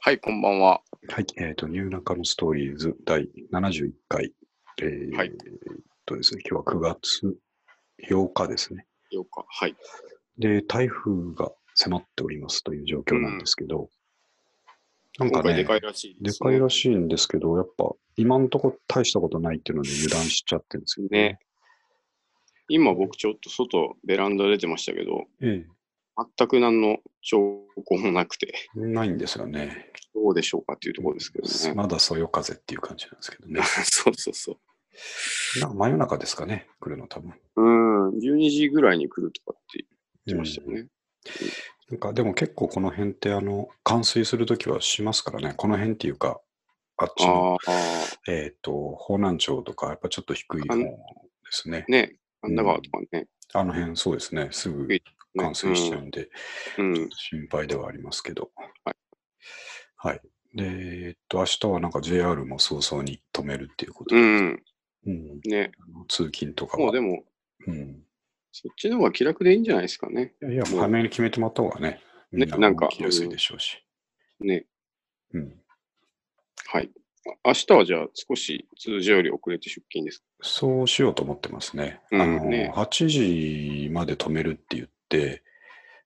はい、こんばんは。はい、えっ、と、ニューナカのストーリーズ第71回。えーはいえっとですね、今日は9月8日ですね。ようか。はい。で、台風が迫っておりますという状況なんですけど、な今んか回ね、ででかかいらしいすいらしいんですけど、やっぱ今んとこ大したことないっていうので油断しちゃってるんですよね。。今僕ちょっと外、ベランダ出てましたけど、え全く何の兆候もなくて、 え、ないんですよね。どうでしょうかっていうところですけどね。。まだそよ風っていう感じなんですけどね そうそうそな真夜中ですかね、来るの多分。う。うん、12時ぐらいに来るとかって言ってましたようんね。なんかでも結構この辺ってあの冠水するときはしますからね、この辺っていうか、あっちの、ああ、えっ、と、方南町とか、やっぱちょっと低いあ方のですね。ね、神田川とかね。あの辺、そうですね、すぐ低いね冠水しちゃうんで、うん。うちょっんと心配ではありますけど。はい。はい。で、えっと、明日はなんか JR も早々に止めるっていうことうで、ん、うんね。あの通勤とかは。もうでも、うん、そっちの方が気楽でいいんじゃないですかね。いやいや、もう早めに決めてもらった方がね、みんななんか動きやすいでしょうし。ね。うんはい。あ明日はじゃあ少し通常より遅れて出勤ですかそうしようと思ってますね。うんあのね8時まで止めるって言って、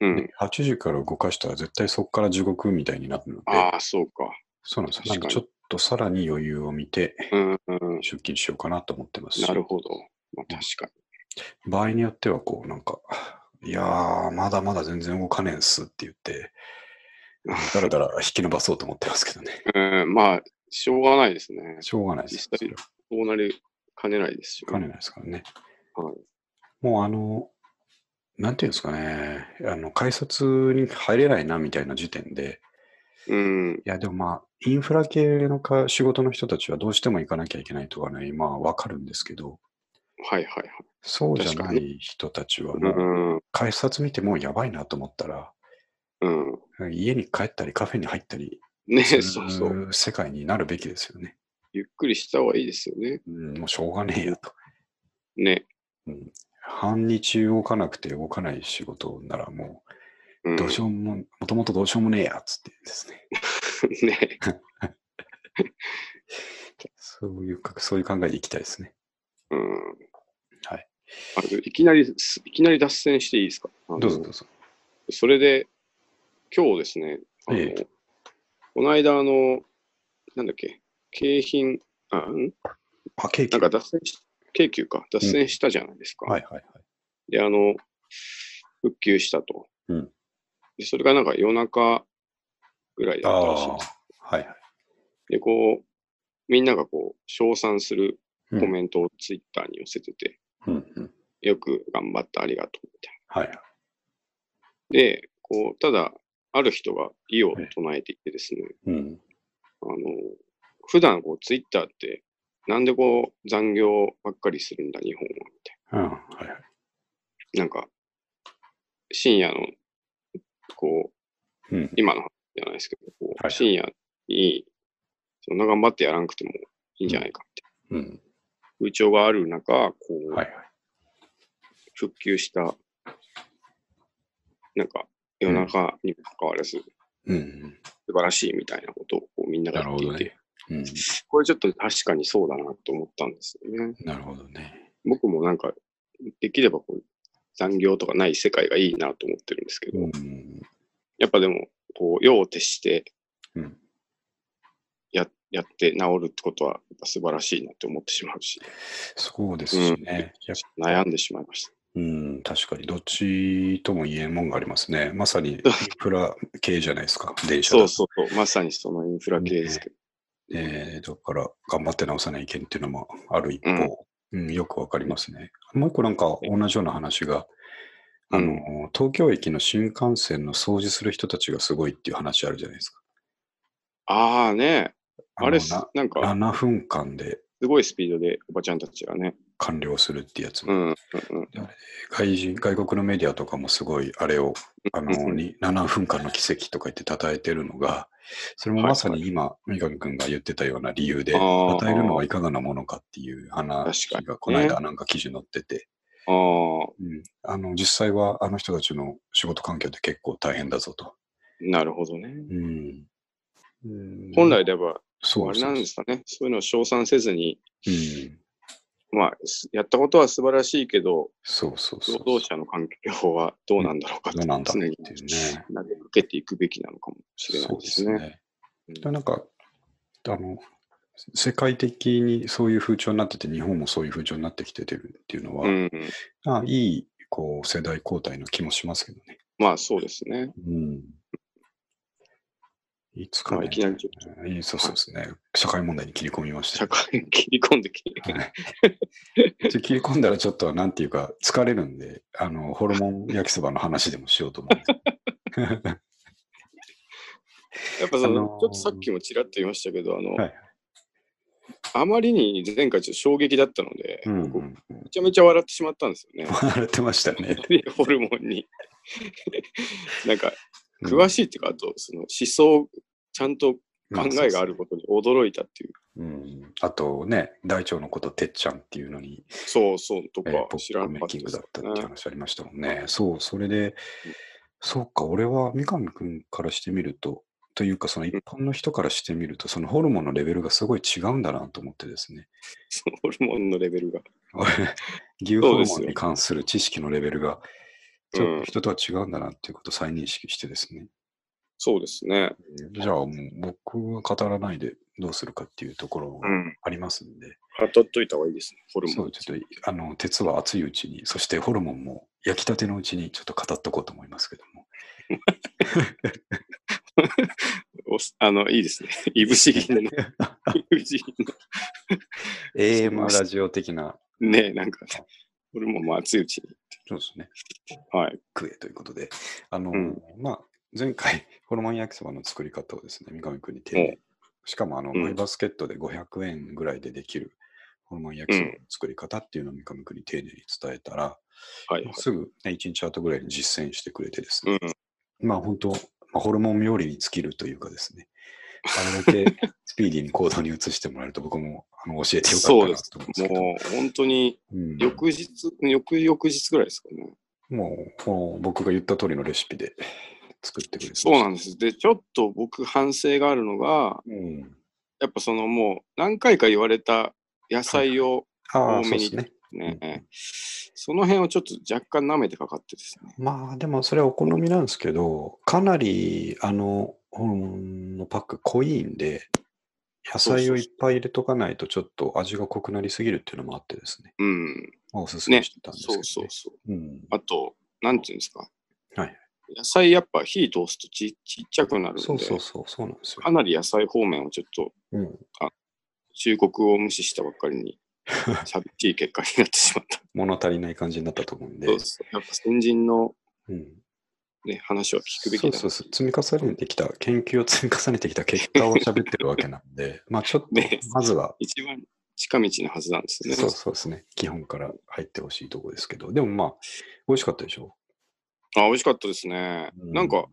うんで。8時から動かしたら絶対そこから地獄みたいになるので、ああ、そうか。そうなんですよ。なん確かでにちょっとさらに余裕を見てうん、うん。出勤しようかなと思ってますしなるほど。まあ、確か場合によってはこうなんか、いやー、まだまだ全然動かねえんすって言って、だらだら引き伸ばそうと思ってますけどね。に。うん、まあ、しょうがないですね。しょうがないです。実際それはそうなりかねないですし、かねないですからね。はいもうあの、なんていうんですかね、あの改札に入れないなみたいな時点で、うん、いや、でもまあ、インフラ系のか仕事の人たちはどうしても行かなきゃいけないとかね、まあわかるんですけど、はいはいはい。そうじゃ確なかにい人たちはうもう、ん、改札見てもうやばいなと思ったら、うん。家に帰ったりカフェに入ったりねする そうそう。世界になるべきですよね。ゆっくりした方がいいですよね。うん、もうしょうがねえよと。ね。うん、半日動かなくて動かない仕事ならもう、うんどうしようも、もともとどうしようもねえやっつってですね。う。 ね。そういうか、そういう考えでいきたいですね。うん。はい。あいきなりす、いきなり脱線していいですかあのどうぞどうぞ。それで、今日ですね、あの、ええこの間、あの、なんだっけ、京浜、あ、んあ、ケーキ。なんはか脱線し、京急か、脱線したじゃないですか。いはいはい。で、あの、復旧したと。うんでそれがなんか夜中ぐらいだあったあらしいーです。、はいはい。で、こう、みんながこう、称賛するうんコメントをツイッターに寄せてて、うんうん。よく頑張った、ありがとう、みたいはいはい。な。で、こう、ただ、ある人が意を唱えていてですね、うん。あの、普段こう、ツイッターって、なんでこう、残業ばっかりするんだ、日本は、みたいうん。はいはい。な。なんか、深夜の、こう、うん。今の話じゃないですけど、こうはい深夜にそんな頑張ってやらなくてもいいんじゃないかって、うん。風潮がある中、こう、はいはい。復旧した、なんか夜中にもかかわらず、うん。素晴らしいみたいなことをこうみんながなる言っほていどて、ね。うん。これちょっと確かにそうだなと思ったんですよね。なるほどね。僕もなんか、できればこう残業とかない世界がいいなと思ってるんですけど、うん。やっぱでも、こう、用を徹してうん。ややって治るってことは、やっぱ素晴らしいなって思ってしまうし。そうですしね。やっ悩んでしまいました。うん、確かに、どっちとも言えんもんがありますね。まさにイ ンフラ系じゃないですか、電車だそうとそうそう、まさにそのインフラ系ですけど。えーだから、頑張って直さないといけんっていうのもある一方、うんよくわかりますね。もう一個なんか同じような話が、あの、うん東京駅の新幹線の掃除する人たちがすごいっていう話あるじゃないですか。ああね、のあれななんか7分間ですごいスピードでおばちゃんたちがね。完了するってやつうも、んうんうん。外人外国のメディアとかもすごいあれをあの、うんに7分間の奇跡とか言って称えてるのがそれもまさに今、三上君が言ってたような理由であー与えるのはいかがなものかっていう話確がこの間なんか記事載ってて、ああ、うん、あの実際はあの人たちの仕事環境って結構大変だぞと、なるほどね。うん、うん本来では、そあうれそなんうでそすかね、そういうのを称賛せずに、う。うん、まあ、すやったことは素晴らしいけど、そうそうそう労。働者の環境はどうなんだろうかどうなんだ常ろうっにていうね。投げかけていくべきなのかもしれないですね。そうですね。なんか、あの、世界的にそういう風潮になってて、日本もそういう風潮になってきてるっていうのは、うんうんあいいこう世代交代の気もしますけどね。まあそうですね。うん。いつか、まあね、いきなりちょいいそうそうですね。社会問題に切り込みました社よ。会に切り込んでき て、はい、ちょ切り込んだらちょっと、なんていうか、疲れるんで、あの、ホルモン焼きそばの話でもしようと思うんですけどはやっぱその、あのーちょっとさっきもちらっと言いましたけど、あの、はいあまりに前回ちょっと衝撃だったので、 うんう僕ん、めちゃめちゃ笑ってしまったんですよ ね。笑ってましたね。ホルモンに。 なんか、詳いしいっていうか、あと、その思想、ちゃんと考えがあることに驚いたっていう、うん、あとね、大腸のこと、てっちゃんっていうのに、そうそうとえー、かポ知らップメなかイキったンでグすだよったってね。話ありましたもんね。そう、それで、そうか、俺は三上君からしてみると、というか、その一般の人からしてみると、そのホルモンのレベルがすごい違うんだなと思ってですね、 そのホルモンのレベルが。牛ホルそモうンですよに関する知識のレベルが、ちうょっんと人とは違うんだなっていうことを再認識してですね、そうですね。じゃあもう僕は語らないでどうするかっていうところがん。ありますんで、当たっといた方がいいですね、ホルモン。そう、ちょっと、あの、鉄は熱いうちに、そしてホルモンも焼きたてのうちにちょっと語っとこうと思いますけども。おすあの、いい ですね。いぶし銀の。いぶし銀 AM ラジオ的な、の。ねえ、なんか、ホルモンも熱いうちに。そうですね。はい。食えということで、あの、うんまあ、前回、ホルモン焼きそばの作り方をですね、三上君に丁寧にしかも、あの、うんマイバスケットで500円ぐらいでできるホルモン焼きそばの作り方っていうのを三上君に丁寧に伝えたら、はい、はい。すぐ、ね、1日後ぐらいに実践してくれてですうね、ん。まあ、本当、まあホルモン冥利に尽きるというかですね、あれだけスピーディーに行動に移してもらえると、僕もあの教えてよかったなと思うんですけど、もう、本当に、うん翌日、翌々日ぐらいですかね。もうこう僕が言った通りのレシピで作ってくれてましたそうなんです。で、ちょっと僕、反省があるのが、うん、やっぱそのもう、何回か言われた野菜をあ多あ、めそうでにすね。ね、うんその辺をちょっと若干舐めてかかってですね。まあでもそれはお好みなんですけど、かなりあのホルモンのパック濃いんで、野菜をいっぱい入れとかないとちょっと味が濃くなりすぎるっていうのもあってですね、うん。まあ、おすすめしてたんですけど、そねうそうそう。うんあと、なんていうんですか。はい野菜やっぱ火通すとちちっちゃくなるので、そうそうそう、そうなんですよか。なり野菜方面をちょっとうん、忠告を無視したばっかり に、寂しい結果になってしまった。物足りない感じになったと思うんで、そうそうやっぱ先人の、うん、ね、話は聞くべきだなそうそうそう積み重ねてきた、研究を積み重ねてきた結果を喋ってるわけなんで、まあちょっとね、まずは一番近道のはずなんですよね。そうそうですね。基本から入ってほしいとこですけど、でもまあ、美味しかったでしょ。あ美味しかったですね。うんなんか、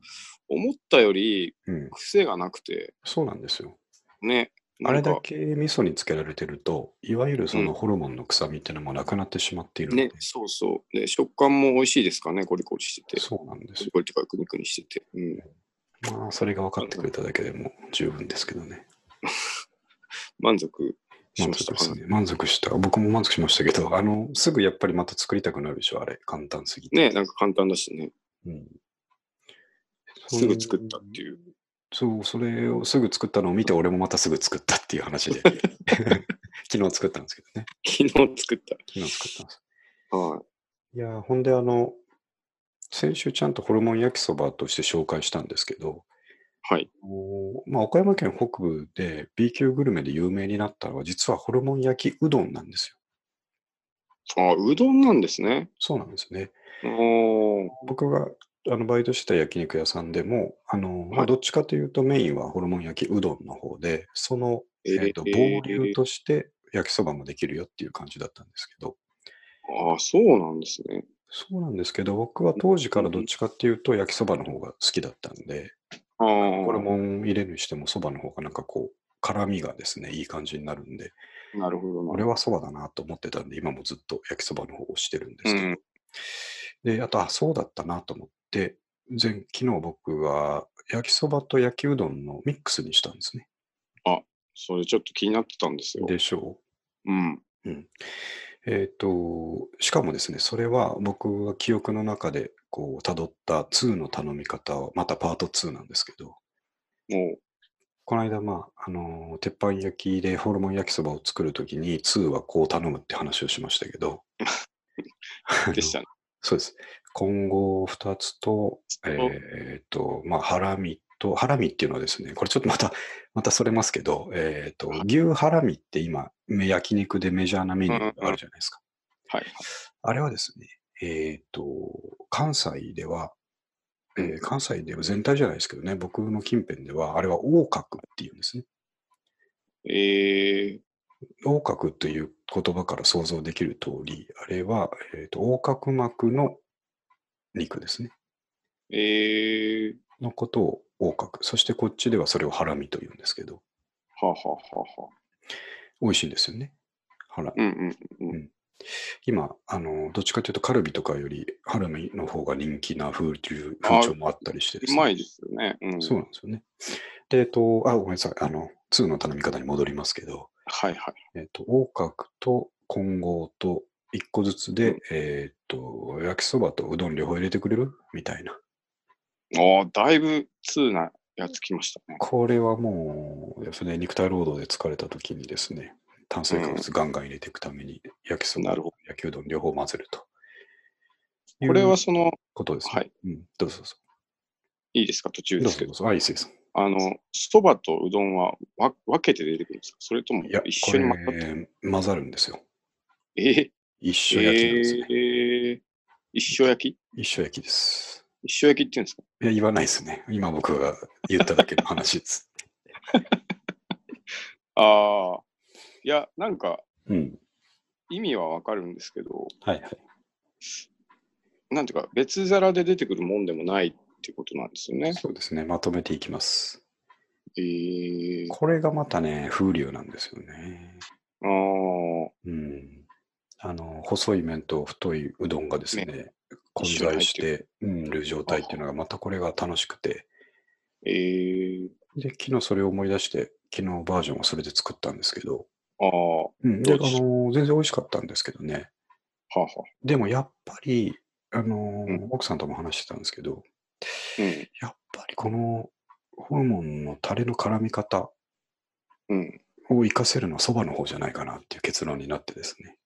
思ったよりうん、癖がなくて、そうなんですよ。ね。あなれんかだけ味噌につけられてると、いわゆるそうんのホルモンの臭みっていうのもなくなってしまっているので、ね、そうそう。で、食感も美味しいですかね、コリコリしてて。そうなんでコすリコリとかクニクニしてて。うん。よ。まあ、それが分かってくれただけでも十分ですけどね。満足し満ました足かですね。満足した。僕も満足しましたけど、あの、すぐやっぱりまた作りたくなるでしょ、あれ。簡単すぎて。ね、なんか簡単だしね。うん、すぐ作ったっていう。そう、それをすぐ作ったのを見て、俺もまたすぐ作ったっていう話 で。昨日作ったんですけどね。昨日作っ昨日作ったんです。た。はい。いやー、ほんで、あの、先週ちゃんとホルモン焼きそばとして紹介したんですけど、はい。おまあ、岡山県北部で B 級グルメで有名になったのは、実はホルモン焼きうどんなんですよ。あ、うどんなんですね。そうなんですね。おー僕があのバイトしてた焼肉屋さんでも、あのまはあ、いどっちかというとメインはホルモン焼きうどんの方で、その、えーえーと合流として焼きそばもできるよっていう感じだったんですけど、あ、そうなんですね。そうなんですけど、僕は当時からどっちかっていうと焼きそばの方が好きだったんで、ああ。ホルモン入れるにしてもそばの方がなんかこう辛みがですねいい感じになるんでなるほどな。俺はそばだなと思ってたんで今もずっと焼きそばの方をしてるんでうすけど、ん。であとあそうだったなと思って前昨日僕が、焼きそばと焼きうどんのミックスにしたんですね。それちょっと気になってたんですよ。でしょうん。う。うん。えっ、と、しかもですね、それは僕が記憶の中でこう辿った2の頼み方を、またパート2なんですけど、もこの間、まあ、あのー鉄板焼きでホルモン焼きそばを作るときに、2はこう頼むって話をしましたけど、あう、の でしたね。そうです。今後2つと、えーっと、まあ、ハラミと、ハラミっていうのはですね、これちょっとまた、 またそれますけど、えーっと、牛ハラミって今、め焼肉でメジャーなメニューがあるじゃないですか。はい。あれはですね、えーっと、関西では、えー関西では全体じゃないですけどね、僕の近辺では、あれは横隔っていうんですね。えー、横隔という言葉から想像できる通り、あれは、えーっと、横隔膜の肉ですね。えー、のことを横隔。そしてこっちではそれをハラミと言うんですけど、はあ、はあはあはあ、美味しいんですよね。ハラミ。うんうん。今、あの、どっちかというとカルビとかよりハラミの方が人気な風流風潮もあったりしてですうね。まいですよね。うん。そうなんですよね。で、えっと、あ、ごめんなさい。あの、2の頼み方に戻りますけど、はいはい。えっと、横隔と混合と1個ずつで、うんえっと、焼きそばとうどん両方入れてくれるみたいな。ああ、だいぶ通なやつきましたね。これはもう、要するに肉体労働で疲れた時にですね、炭水化物ガンガン入れていくために、焼きそば、なるほ焼きうどん両方混ぜると。これいうはその、ことですね。はい。うん、どうぞどうぞ。いいですか、途中どでうすぞけどどう。ぞ。あ、いいですよ。あの、そばとうどんはわ分けて出てくるんですかそれともいや、一こ緒に混ざってれ、混ざるんですよ。え一ー、緒焼きなんですね。えー、一生焼き一緒焼きです。一生焼きって言うんですかいや、言わないですね。今僕が言っただけの話 です。ああ、いや、なんかうん。意味はわかるんですけど、はいはい。なんていうか、別皿で出てくるもんでもないってことなんですよね。そうですね。まとめていきます。えー、これがまたね、風流なんですよね。ああ、うんあの細い麺と太いうどんがですね、混一緒に入在ってしてうんる状態っていうのが、またこれが楽しくて、えー、で、昨日それを思い出して、昨日バージョンはそれで作ったんですけど、ああ、はうん、で、あどうでしたの、全然美味しかったんですけどね、あはあ、でもやっぱり、あの、うん奥さんとも話してたんですけど、うん、やっぱりこのホルモンのタレの絡み方うん。を活かせるのはそばの方じゃないかなっていう結論になってですね。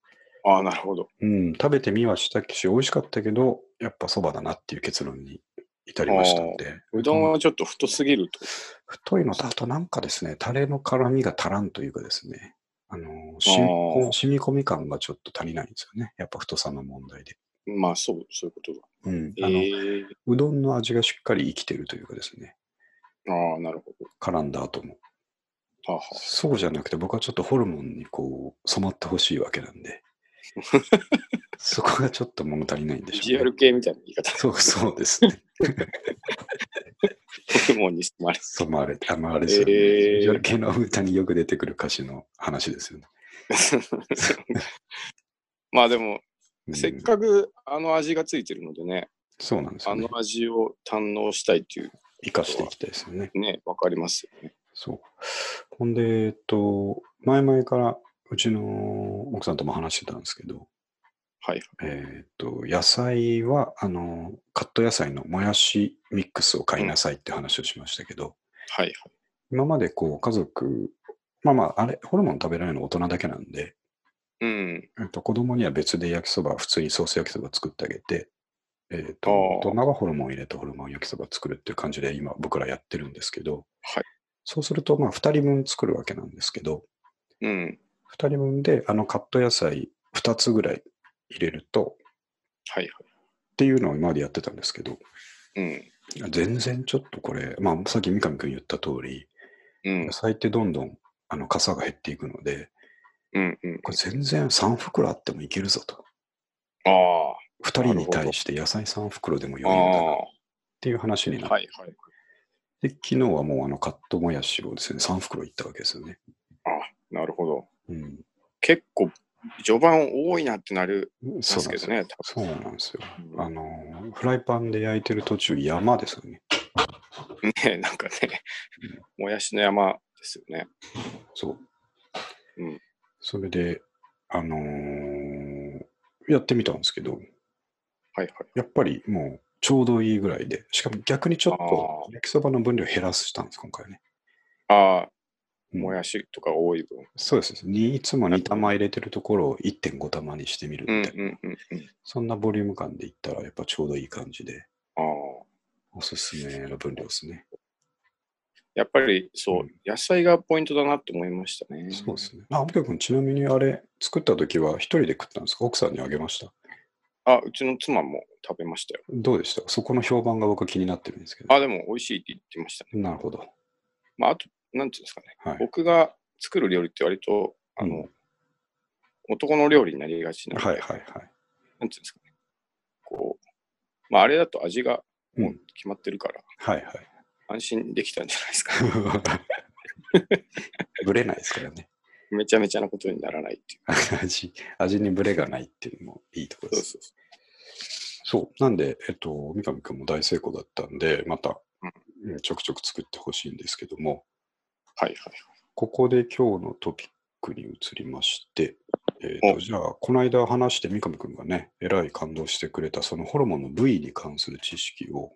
ああ、なるほど。うん、食べてみはしたし、美味しかったけど、やっぱそばだなっていう結論に至りましたので、うどんはちょっと太すぎると。太いのと、あとなんかですね、タレの辛みが足らんというかですね、あのーしあー染み込み感がちょっと足りないんですよね。やっぱ太さの問題で。まあ、そう、そういうことだ。うん、あのえー、うどんの味がしっかり生きてるというかですね、ああ、なるほ絡んだ後も。ど。はあはあ、そうじゃなくて、僕はちょっとホルモンにこう染まってほしいわけなん で、そこがちょっと物足りないんでビしょう、ね。ジュアル系みたいな言い方。そうそうですね。 ホルモンに含まれてそう、まあ、あれ、あまあ、あれですよね。えービジュアル系の歌によく出てくる歌詞の話ですよね。まあでも、うんせっかくあの味がついてるのでね、そうなんですあよ、ねの。味を堪能したいっていう生かしていきたいですよね。ね、わかりますよね。そう。ほんで、えっと、前々からうちの奥さんとも話してたんですけど、はい。えっと、野菜は、あの、カット野菜のもやしミックスを買いなさいって話をしましたけど、はいはい。今までこう、家族、まあまあ、あれ、ホルモン食べられるの大人だけなんで、うん。えっと、子供には別で焼きそば、普通にソース焼きそば作ってあげて、えっとあ大ー人はホルモン入れてホルモン焼きそば作るっていう感じで今僕らやってるんですけど、はいそうするとまあ2人分作るわけなんですけど、うん。 2人分であのカット野菜2つぐらい入れるとはいっていうのを今までやってたんですけど、はい。全然ちょっとこれ、まあさっき三上君言った通り、うん。うん野。菜ってどんどんあの傘が減っていくので、うん。うん。これ全然3袋あってもいけるぞと。ああ。 2人に対して野菜3袋でも余あ裕だなあ。っていう話になってはいはい。で、昨日はもうあのカットもやしをですね、3袋いったわけですよね。なるほど。うん。結構、序盤多いなってなるんでそうすなんでけすどよ。ね、多そうなんですよ。分。あのー、フライパンで焼いてる途中山ですよね。ね、なんかね、もやしの山ですよね。そう。うんそれで、あのーやってみたんですけど、はいはい。やっぱりもうちょうどいいぐらいで、しかも逆にちょっあと焼きそばの分量減らしたんです、今回ね。ああ、うんもやしとか多い分。そうですね。にいつも2玉入れてるところを1.5玉にしてみるみうたいんな、うんうんうん。そんなボリューム感でいったら、やっぱちょうどいい感じで、ああ。おすすめの分量ですね。やっぱりそう、うん野菜がポイントだなって思いましたね。そうですね。あ、く君、ちなみにあれ、作った時は一人で食ったんですか奥さんにあげました。あ、うちの妻も食べましたよ。どうでしたそこの評判が僕は気になってるんですけど。あ、でも美味しいって言ってましたね。なるほど。まあ、あと、なんていうんですかね。はい。僕が作る料理って割と、あの、男の料理になりがちなので、はいはいはい。なんていうんですかね。こう、まあ、あれだと味がもううん決まってるから、はい 安心できたんじゃないですか、 ね。はい。ぶれないですからね。 めちゃめちゃなことにならないっていう。味、味にぶれがないっていうのもいいところでそす。うそうそそう。なんで、えっと、三上君も大成功だったんで、またう、うんちょくちょく作ってほしいんですけども、う。はいはい。ここで今日のトピックに移りまして、えーとおじゃあ、この間話して三上君がね、えらい感動してくれた、そのホルモンの部位に関する知識を、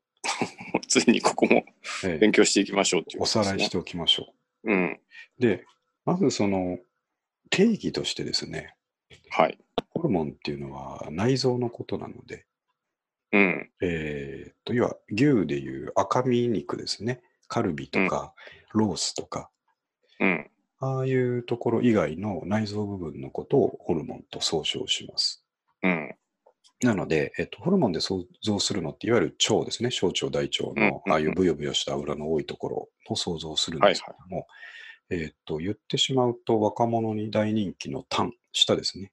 もうついにここもえー勉強していきましょうっていう、おさらいし。ておきましょうん。う。で、まずその定義としてですね、はい。ホルモンっていうのは内臓のことなので、うん。えーと、要は牛でいう赤身肉ですね、カルビとかロースとか、うん。ああいうところ以外の内臓部分のことをホルモンと総称します。うん。なので、えっと、ホルモンで想像するのって、いわゆる腸ですね、小腸、大腸の、うんああいうブヨブヨした油の多いところを想像するんですけども、えっと、言ってしまうと、若者に大人気のタン、舌ですね。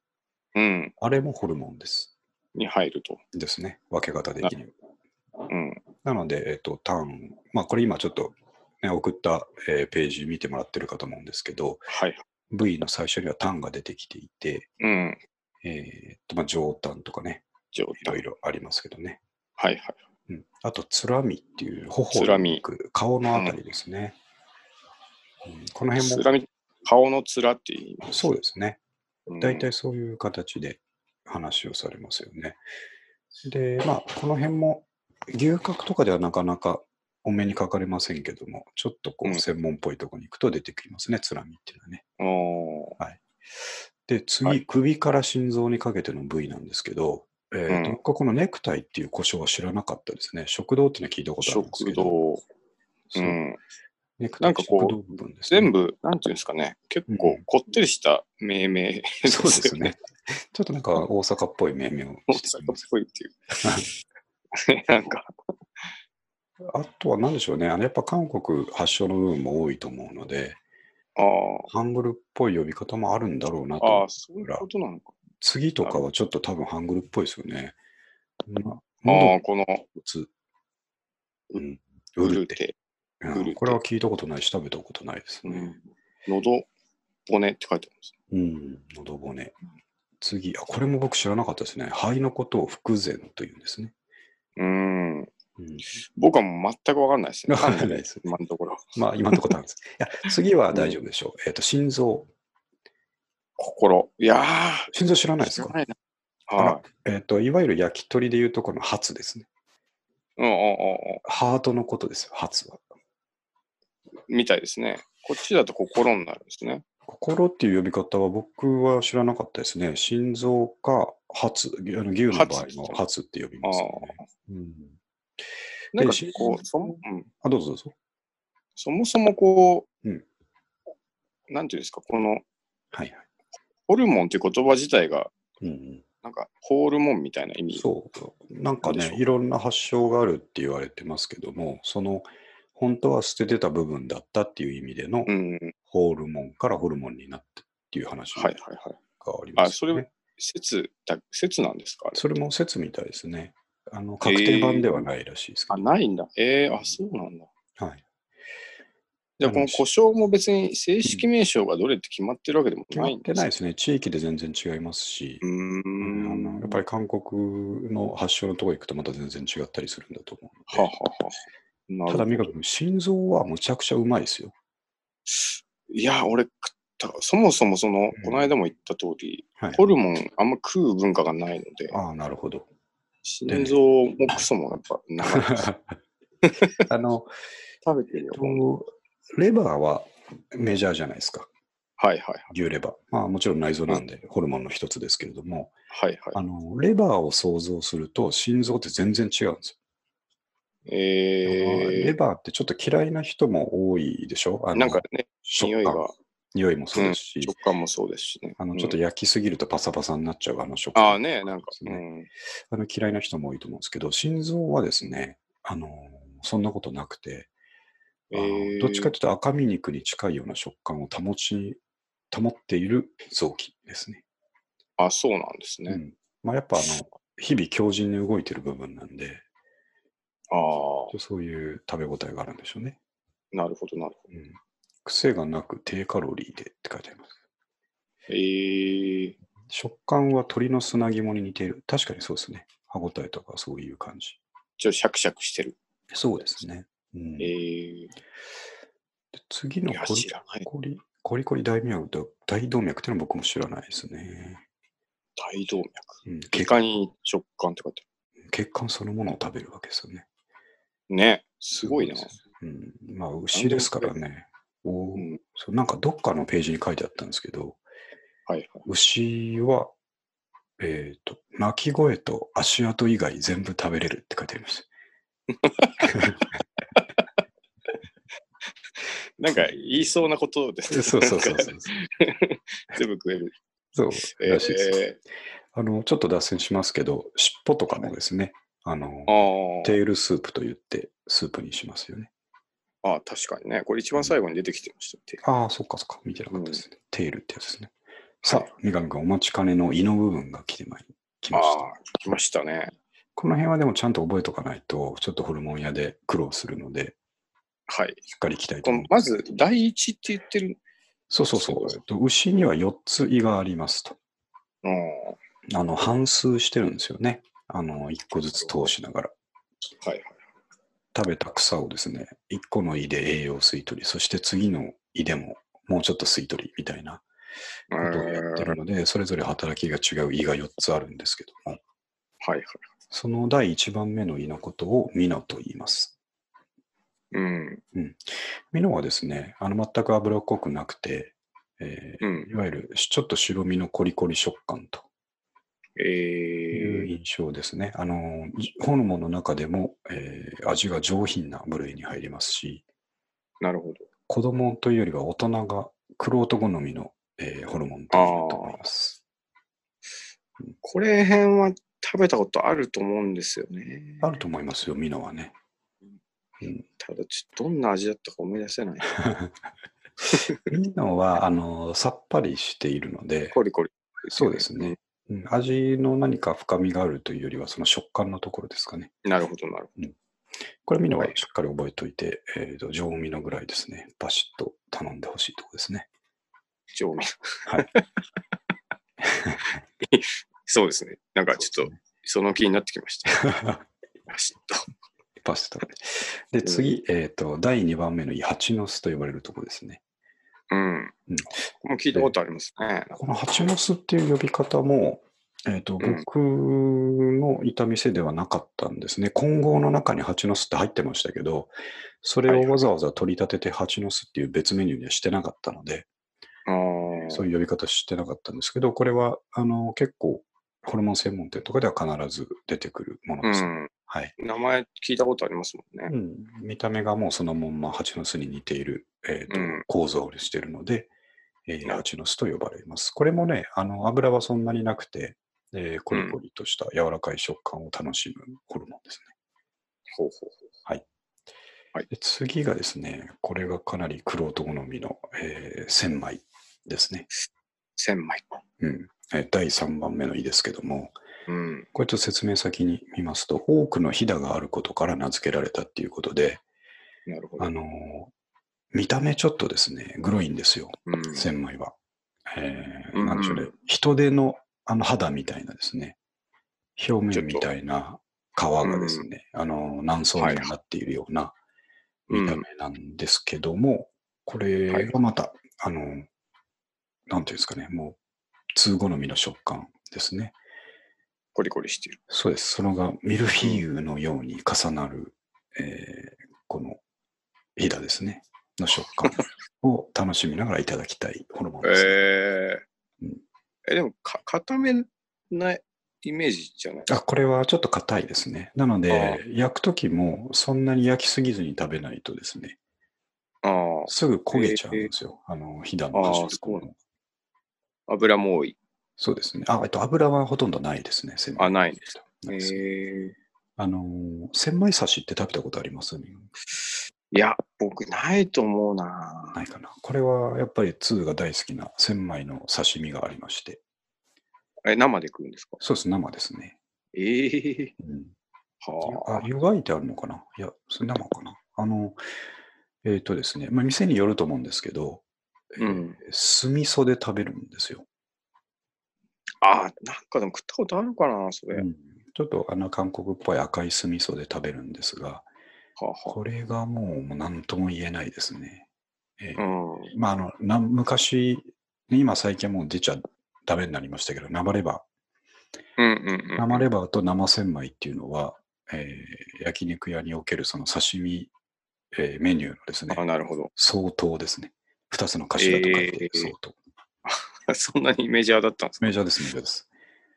うん。あれもホルモンです。に入ると。ですね、分け方的には。うん。なので、えっと、タン、まあ、これ今ちょっと、ね、送った、えーページ見てもらってるかと思うんですけど、はい。 V の最初にはタンが出てきていて、うん。えーっと、まあ、上タンとかね、状いろ態。いろありますけどね。はいはい。うんあと、つらみっていう、頬つらみの顔のあたりですね。うんこの辺つも、らみ、顔のつらっていう意味。そうですね。うん大体そういう形で話をされますよね。で、まあ、この辺も、牛角とかではなかなかお目にかかれませんけども、ちょっとこうう、ん専門っぽいところに行くと出てきますね、つらみっていうのはね。おーで、次、はい首から心臓にかけての部位なんですけど、えーとうん僕はこのネクタイっていう故障は知らなかったですね。食道っていうのは聞いたことあるんです食けど、堂。う。そうんネクタイなんかこう食道部分ですね全部、なんていうんですかね。結う構ん、こってりした命名 ですそうですね。。ちょっとなんか大阪っぽい命名を大して阪まっす。ぽいって いう。なんか、あとは何でしょうね。あのやっぱ韓国発祥の部分も多いと思うので、あハングルっぽい呼び方もあるんだろうなあ、ああ、と。そういうことなのか。次とかはちょっと多分ハングルっぽいですよね。なああ、喉この、つ、うん、うウルるテ、て。うウルテん。これは聞いたことないし、食べたことないですうね。ん。喉骨って書いてあります。うん、喉骨。次、あ、これも僕知らなかったですね。肺のことを腹前というんですね。うん。うん、僕はもう全く分かんないです ね。わかんないです今のところ。まあ、今のところなんで す。いや、次は大丈夫でしょう。えっ、と、心臓。心。いやー、心臓知らないです知からないなあらはい。えっ、と、いわゆる焼き鳥でいうとこのハツですね。うんうんうんハートのことですよ、ハツは。うん。みたいですね。こっちだと心になるんですね。心っていう呼び方は僕は知らなかったですね。心臓かハツ、あの牛の場合ハツですねのハツって呼びあます、ねうん。なんかでこ心うそも、うん、あ、どうぞどうぞ。そもそもこう、うんなんていうんですか、このはいはい。ホルモンっていう言葉自体が、うんうんなんかホールモンみたいな意味。そう。なんかなんでしねょ、ういろんな発症があるって言われてますけども、その、本当は捨ててた部分だったっていう意味での、うん。はいホルモンからホルモンになってっていう話がはいはい。あります、それ説だ、説なんですかあれそれも説みたいですね。あの確定版ではないらしいですけあ、ど。ないんだ。えー、あ、そうなんだ。はい、じゃあ、この故障も別に正式名称がどれって決まってるわけでも決まなっいんてですないかですね。地域で全然違いますし、うーあのん。やっぱり韓国の発祥のとこ行くとまた全然違ったりするんだと思うのはあはで、あはあなるただ、ほど三上君、心臓はむちゃくちゃうまいですよ。いや、俺食った、そもそもその、この間も言った通り、はい。ホルモンあんま食う文化がないので、ああ、なるほど。 心臓もクソもやっぱ長いです。あの、食べてるよ。レバーはメジャーじゃないですか。はいはい牛レバー。まあもちろん内臓なんで、ホルモンの一つですけれども、はい。はいはあの、レバーを想像すると心臓って全然違うんですよ。い。レえバーってちょっと嫌いな人も多いでしょあー、のなんかね、食匂い感が、匂いもそうですし、食感もそうですしね。あのちょっとうん焼きすぎるとパサパサになっちゃうあの食あ感あね、なんか、うんあの嫌いな人も多いと思うんですけど、心臓はですね、あのそんなことなくて、あのえーどっちかというと赤身肉に近いような食感を保ち、保っている臓器ですね。あ、そうなんですうね。んまあ、やっぱあの日々強靭に動いてる部分なんで、ああ、そういう食べ応えがあるんでしょうね。なるほど、なるほうん、癖がなく低カロリーでって書いてあります。ど。えー、食感は鳥の砂肝に似ている。確かにそうですね。歯ごたえとかそういう感じ。ちょっとシャクシャクしてる。そうですね。うん、えー、で次のいや、コリ知らない。コリコリコリ大動脈と大動脈っていうのは僕も知らないですね。大動脈。うん、毛血カに食感って書いてあ血管そのものを食べるわけですよね。る。ね、すごいな。ですうん、まあ牛ですからね。おうんそうなんかどっかのページに書いてあったんですけど、はいはい。牛は、えっ、と、鳴き声と足跡以外全部食べれるって書いてあり ます。なんか言いそうなことです ね。そうそうそうなんそかう。全部食える。そうえらしいです、ー、あの。ちょっと脱線しますけど、尻尾とかもですね、あの、あテールスープと言ってスープにしますよね。ああ、確かにね。これ一番最後に出てきてましたって。ああ、そっかそっか。見てなかったですね。テールってやつですね。さあ、三上君、お待ちかねの胃の部分が来てまいりあまあした。、来ましたね。この辺はでもちゃんと覚えとかないと、ちょっとホルモン屋で苦労するので、はい。しっかりいきたいとこ思いのます。まず、第一って言ってる。そうそうそう。えっと牛には4つ胃がありますと。うん。あの、半数してるんですよね。あの、1個ずつ通しながら。はいはい。食べた草をですね、1個の胃で栄養を吸い取り、そして次の胃でももうちょっと吸い取りみたいなえことをやってーるので、それぞれ働きが違う胃が4つあるんですけども、はいはい。その第1番目の胃のことをミノと言います。うん。ミノはですね、あの全く脂っこくなくて、えうーん。いわゆるちょっと白身のコリコリ食感というえー、印象ですね。あのじホルモンの中でも、えー味が上品な部類に入りますし、なるほど。子供というよりは大人が黒男好みの、えーホルモンと言えると思います。これ辺は食べたことあると思うんですよね。あると思いますよ、ミノはね。ただ、ちょっとどんな味だったか思い出 せない。ミノはあのさっぱりしているので、コリコリ。そうですね。うん味の何か深みがあるというよりは、その食感のところですかね。なるほど、なるほこれ見るのははいしっかり覚えておいて、えーと、上身のぐらいですね。バシッと頼んでほしいところですね。ど。上味。はい そうですね。なんかちょっと、その気になってきました。と。バシッとバシッと。で、次、えっ、と、第2番目の胃、蜂の巣と呼ばれるところですね。うん。うんこれも聞いたことありますね。この蜂の巣っていう呼び方も、えーと、うん僕のいた店ではなかったんですね。混合の中に蜂の巣って入ってましたけど、それはをいはいわざわざ取り立てて蜂の巣っていう別メニューにはしてなかったので、あーそういう呼び方してなかったんですけど、これはあの結構ホルモン専門店とかでは必ず出てくるものうですね。ん。はい名前聞いたことありますもんね。うん、見た目がもうそのまんま蜂の巣に似ている、えーとうん構造にしているので、えー蜂の巣と呼ばれます。これもね、あの油はそんなになくて、えーコリコリとした柔らかい食感を楽しむホルモンですね。ほうほうほで次がですね、これがかなり苦労と好みの、えー千枚ですね、う。千枚。うんえー第3番目の胃ですけども、うん。これちょっと説明先に見ますと、多くのひだがあることから名付けられたっていうことで、なるほどあ。のー見た目ちょっとですね、グロいんですよ。うん千枚は。えーうんなんでしょうね。人手のあの肌みたいなですね、表面みたいな皮がですね、あの、何層にもなっているような、見た目なんですけども、これがまた、あの、なんていうんですかね、もう、通好みの食感ですね。コリコリしてる。そうです。それがミルフィーユのように重なる、えーこのひだですね。の食感を楽しみながらいただきたいホルモンです。えうーんえ、でもか、固めないイメージじゃないあこれはちょっと硬いですね。なのああで、焼くときもそんなに焼きすぎずに食べないとですね、あーすぐ焦げちゃうんですよ。あの、ひだのああ端っこそうの。油も多い。そうですね。あ、えっと、油はほとんどないですね。千枚あないですなえいですね。ーあのー、千枚刺しって食べたことありますいや、僕、ないと思うな。ないかな。これはやっぱり2が大好きな千枚の刺身がありまして、え、生で食うんですかそうです、生ですね。ええうん、はああ。湯がいてあるのかないや、それ生かな。あの、えっ、とですね、まあ、店によると思うんですけど、うん。酢味噌で食べるんですよ。あーなんかでも食ったことあるかな、それ。うんちょっとあの韓国っぽい赤い酢味噌で食べるんですが、はあ、はこれがもうもう何とも言えないですね。えあ。えうん。まああのな昔、ね今最近はもう出ちゃダメになりましたけど、生レバー、うんうんうん。生レバーと生千枚っていうのは、えー焼肉屋におけるその刺身、えーメニューのですね、あ、なるほど。 相当ですね。二つの頭と書いてえー相当。そんなにメジャーだったんですかメジャーです、メジャーです。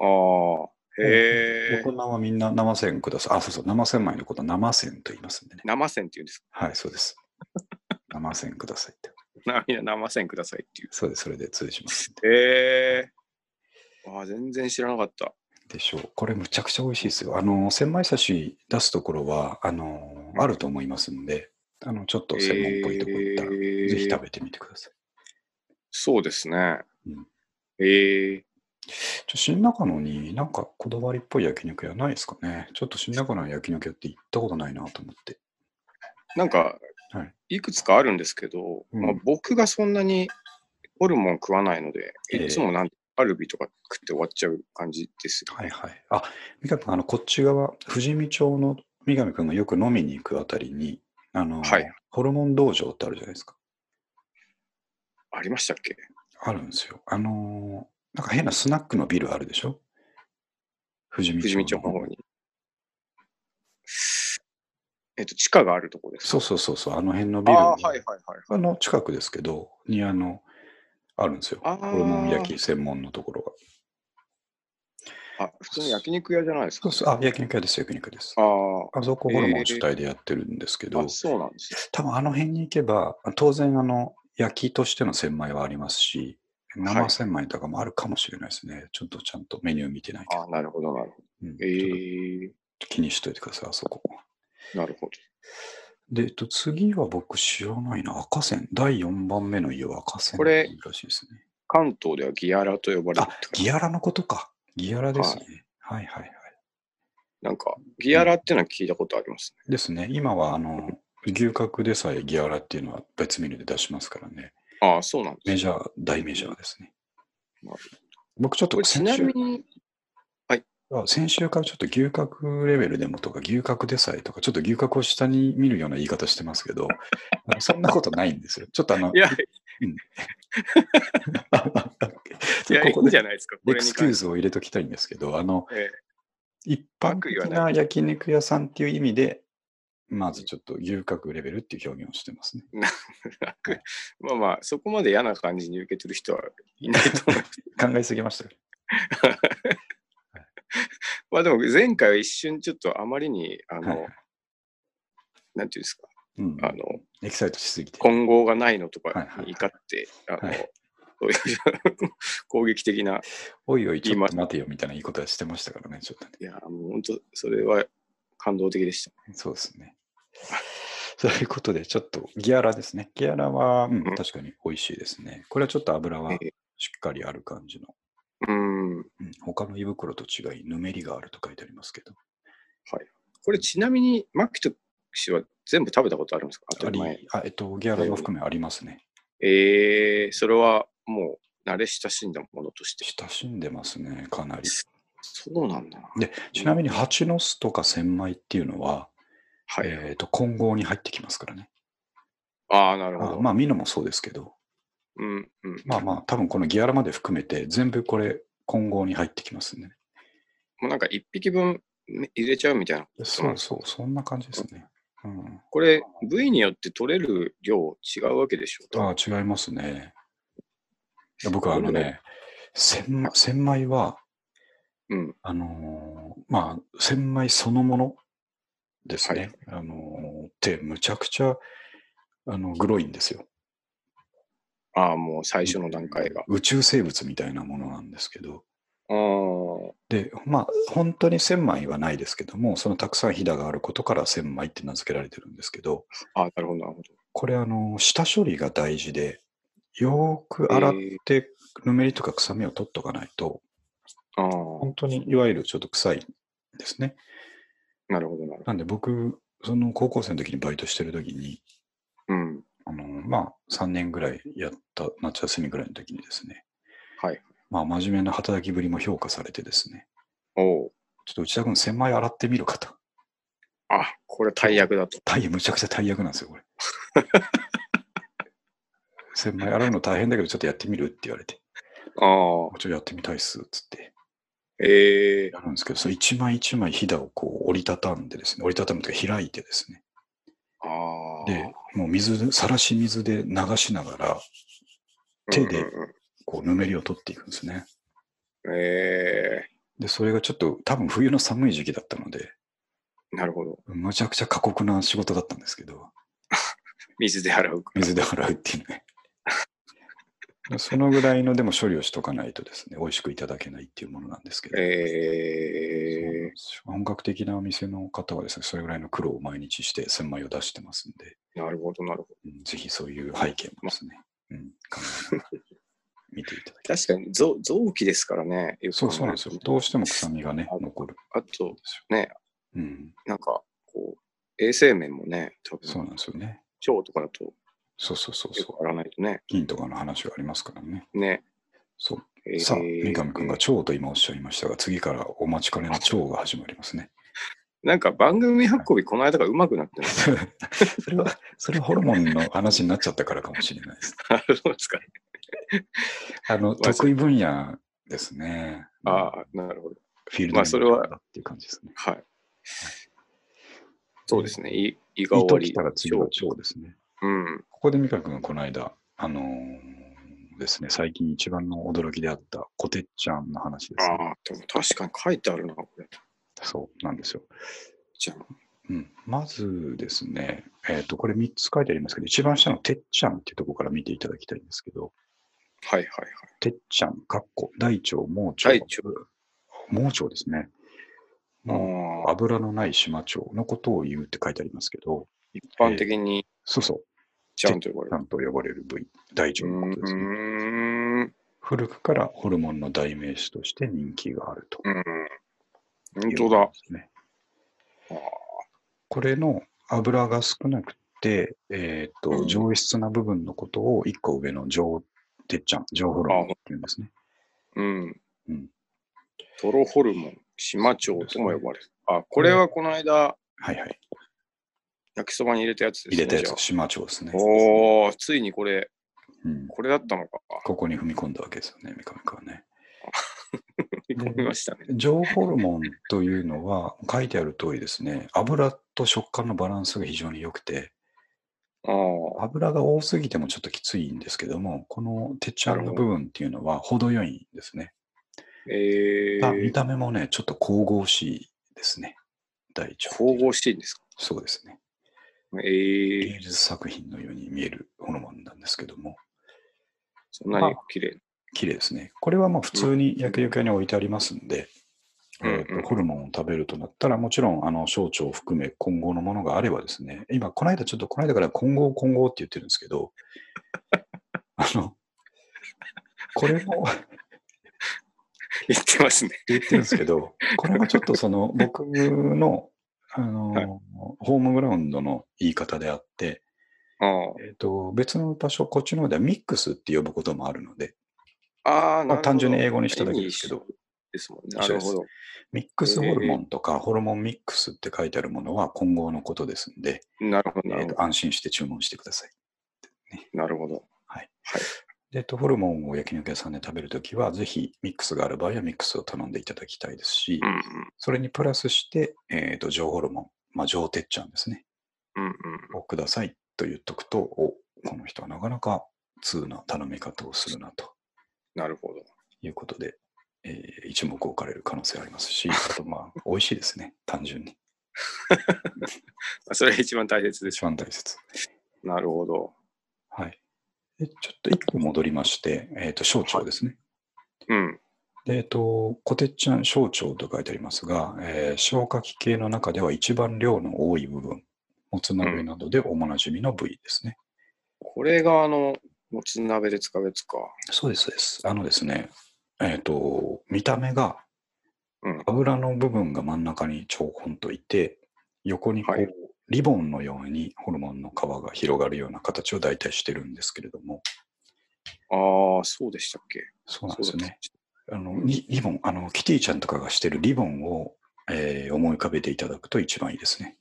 ああ。へえ大。人はみんな生千ください。あ、そうそう、生千枚のことは生千と言いますんでね。生線っていうんですはい、そうです。生千くださいって。かみんな生線くだ さいっていう。そうです、それで通じますんで。へえ。あー全然知らなかった。でしょう。これむちゃくちゃ美味しいですよ。あの、千枚刺し出すところは、あの、あると思いますんで、あの、ちょっと専門っぽいところ行ったら、えーぜひ食べてみてください。そうですねうん。へえ。ちょ新中野になんかこだわりっぽい焼肉屋ないですかね。ちょっと新中野の焼肉屋って行ったことないなと思って。なんかはい、いくつかあるんですけど、うんまあ、僕がそんなにホルモン食わないので、ええいつもなんアルビとか食って終わっちゃう感じですよ。はいはい。あ、三上君、あの、こっち側、富士見町の三上君がよく飲みに行くあたりに、あの、はいホルモン道場ってあるじゃないですか。ありましたっけあるんですよ。あのーなんか変なスナックのビルあるでしょ富士見町富士の見町の方に。えっと、地下があるとこですか。そうそうそうそう、あの辺のビルあのあー、はいはいはい。あの近くですけど、にあの、あるんですよ。あーホルモン焼き専門のところが。あ、普通の焼肉屋じゃないですそかう。そう、あ、焼肉屋です、焼肉屋です。ああそこホルモン主体でやってるんですけーど、あ、そうなんですね。多分あの辺に行けば、当然あの焼きとしての千枚はありますし、はい生千枚とかもあるかもしれないですね。ちょっとちゃんとメニュー見てないけあど、ーなるほどなるほうんど。ちょっええと気にしといてください、あそこ。なるほど。で、えっと、次は僕知らないな、赤線。第4番目の家は赤線これらしいですね。関東ではギアラと呼ばれるあって感、じギアラのことか。ギアラですね。はい、はい、はい。なんか、ギアラってのは聞いたことありますね。ですね。今は、あの、牛角でさえギアラっていうのは別メニューで出しますからね。ああ、そうなんですねメジャー、大メジャーですねなる。僕ちょっことれち先な週み、に、あ先週からちょっと牛角レベルでもとか、牛角でさえとか、ちょっと牛角を下に見るような言い方してますけど、あのそんなことないんですよ。ちょっとあの、 いや、いや、いこいこんじでゃないですか、こエクれにスキュー関して。ズを入れときたいんですけど、あの、ええ 一般的悪意はな焼肉屋さんっていう意味で、まずちょっと牛角レベルっていう表現をしてますね。楽まあまあ、そこまで嫌な感じに受けてる人はい ないと思う。考えすぎましたよ。まあでも、前回は一瞬ちょっとあまりに、あの、はいはいなんていうんですか、うん、あの、エキサイトしすぎて。混合がないのとかはいはいに怒って、あの、はいそう いう攻撃的な、おいおい、ち言いょまっすと待てよみたいな言いことはしてましたからね、ちょっとね。いや、もう本当、それは感動的でした。そうですね。 そういうことで、ちょっとギアラですね。ギアラは、うんうん確かに美味しいですね。これはちょっと油はええしっかりある感じの。うん。うん他の胃袋と違い、ぬめりがあると書いてありますけど。これ、ちなみに、マキト氏は全部食べたことあるんですか当たありり前。あ、えっと、ギアラも含めありますね。えー、それはもう慣れ親しんだものとして。親しんでますね、かなり。そうなんだな。で、ちなみに蜂の巣とか千枚っていうのは、はい。えっと、混合に入ってきますからね。ああ、なるほあど。まあ、ミノもそうですけど、うん、うん。まあまあ、多分このギアラまで含めて、全部これ、混合に入ってきますね。もうなんか一匹分ね入れちゃうみたいな。そうそう、そんな感じですね。うん、これ、部位によって取れる量違うわけでしょああ、違いますね。いや僕はあのどれね、千枚千枚は、うん。あのーまあ、千枚そのものですね。あのーって、むちゃくちゃ、あの、グロいんですよ。ああ、もう最初の段階が。宇宙生物みたいなものなんですけど。ああ、で、まあ、本当に千枚はないですけども、そのたくさんひだがあることから千枚って名付けられてるんですけど、ああ、なるほど、なるほど。これ、あの、下処理が大事で、よーく洗っえーて、ぬめりとか臭みを取っとかないと、ああ、本当にいわゆるちょっと臭いんですね。なるほど、なるほど。なんで僕、その高校生の時にバイトしてる時に、うん。あの、まあ、3年ぐらいやった夏休みぐらいの時にですね、はい。まあ、真面目な働きぶりも評価されてですね、おうちょっと内田君、千枚洗ってみるかと。あ、これ大役だと。大変、むちゃくちゃ大役なんですよ、これ。千枚洗うの大変だけど、ちょっとやってみるって言われて、あちあ、ょっとやってみたいっす、つって。ええやるんですけど、その一枚一枚ひだをこう折りたたんでですね、折りたたむというか開いてですね、ああ。で、もう水、さらし水で流しながら、手でうんうんうんこう、ぬめりを取っていくんですね。ええで、それがちょっと、多分冬の寒い時期だったので、なるほど。むちゃくちゃ過酷な仕事だったんですけど、水で洗うから。水で洗うっていうね。 そのぐらいのでも処理をしとかないとですね、美味しくいただけないっていうものなんですけど、そうなんええですよ本格的なお店の方はですね、それぐらいの苦労を毎日して千枚を出してますんで、なるほど、なるほど。うんぜひそういう背景もですね、うん、考えながら見ていただきたい。確かに臓臓器ですからね。よくそ考うえるとそうなんですよ。どうしても臭みがね、残るんであと、すね、よ。うん、なんか、こう、衛生面もね、多分、そう腸なんですよね。とかだと、そうそうそうよそく洗わないとね。う。銀とかの話がありますからね。ね。そう。えーさあ、三上君が腸と今おっしゃいましたが、次からお待ちかねの腸が始まります ね。なんか番組運び、この間がうまくなってる。それは、それはホルモンの話になっちゃったからかもしれないです。あそうですか。あの、 まあ得意分野ですね。ああ、なるほど。フィールドまあそれはだっていう感じですね。はい。そうですね。い胃が胃終とわきり。たら次は腸腸ですね。うん。ここで三上君がこの間、あのーですね、最近一番の驚きであったコテッちゃんの話です、ね。ああ、でも確かに書いてあるな、これ。そうなんですよ。じゃん。うん、まずですね、えっ、と、これ3つ書いてありますけど、一番下のてっちゃんっていうところから見ていただきたいんですけど、はいはいはい。てっちゃん、かっこ、大腸、盲腸、大腸盲腸ですね。もうああ、油のない島腸のことを言うって書いてありますけど、一般的にそうそう、ちゃんと呼ばれちゃる。んと呼ばれる部位、大腸のことうですね。ーん。古くからホルモンの代名詞として人気があると。うん。本当だ。。ねあー、これの油が少なくて、えっ、うと、ん上質な部分のことを一個上の上てっちゃん、上ホルモンって言うんですね。うん。うんトロホルモン、島町とも呼ばれる。あ、これはこの間、はいはい。焼きそばに入れたやつです入ね。れたやじゃあつ、島腸ですね。おー、ついにこれ、うん、これだったのか。ここに踏み込んだわけですよね、三上君はね。見込みましたね。上ホルモンというのは、書いてある通りですね、油と食感のバランスが非常に良くて、ああ、油が多すぎてもちょっときついんですけども、このてっちゃんの部分っていうのは程よいんですね。えあ見ー、た目もね、ちょっと神々しいですね。大腸。神々しいんですかそうですね。ええ芸術作品のように見えるホルモンなんですけども、そんなに 綺麗綺麗ですね。これはまあ普通に焼肉屋に置いてありますんで、うんえーとうんホルモンを食べるとなったら、もちろん、あの、小腸を含め混合のものがあればですね、今、この間ちょっと、この間から混合混合って言ってるんですけど、 あの、これも、言ってますね。言ってるんですけど、これはちょっとその僕の、あのはいホームグラウンドの言い方であって、あえっと別の場所、こっちの方ではミックスって呼ぶこともあるので、あ、ああなるほまあ、ど単純に英語にしただけですけ意ど味、ですもんね。一な緒でるすほど。ミックスホルモンとかホルモンミックスって書いてあるものは混合のことですんで、なるほど、なえるっほど。と安心して注文してください。ね。なるほど。はい。はいで、えっと、ホルモンを焼肉屋さんで食べるときは、ぜひミックスがある場合はミックスを頼んでいただきたいですしう、んそれにプラスして、えっと、上ホルモン、まあ、上てっちゃんですね、うんうんをくださいと言っとくと、お、この人はなかなか通な頼み方をするなとなるほど。いうことで、えー一目置かれる可能性あります し、あとまあ、美味しいですね、単純に。それが一番大切でし一ょ。番大切。なるほど。はい。でちょっと一個戻りまして、えっ、と、小腸ですね。うん。でえっと、コテッチャン小腸と書いてありますが、えー消化器系の中では一番量の多い部分、もつ鍋などでおなじみの部位ですね。これがあの、もつ鍋で使うやつか。そうです、そうです。あのですね、えっ、と、見た目がうん油の部分が真ん中にちょこんといて、横にこう、はいリボンのようにホルモンの皮が広がるような形を大体してるんですけれども、ああ、そうでしたっけ。そうなんですよだっねた。あのリリボンあの、キティちゃんとかがしてるリボンを、えー思い浮かべていただくと一番いいですね。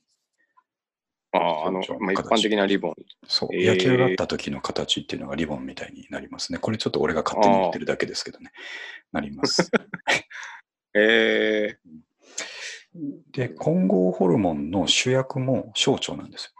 ああ、あのちょ、まあ、一般的なリボン。そう、えー焼き上がった時の形っていうのがリボンみたいになりますね。これちょっと俺が勝手に言ってるだけですけどね。なり ます。ええで、混合ホルモンの主役も小腸なんです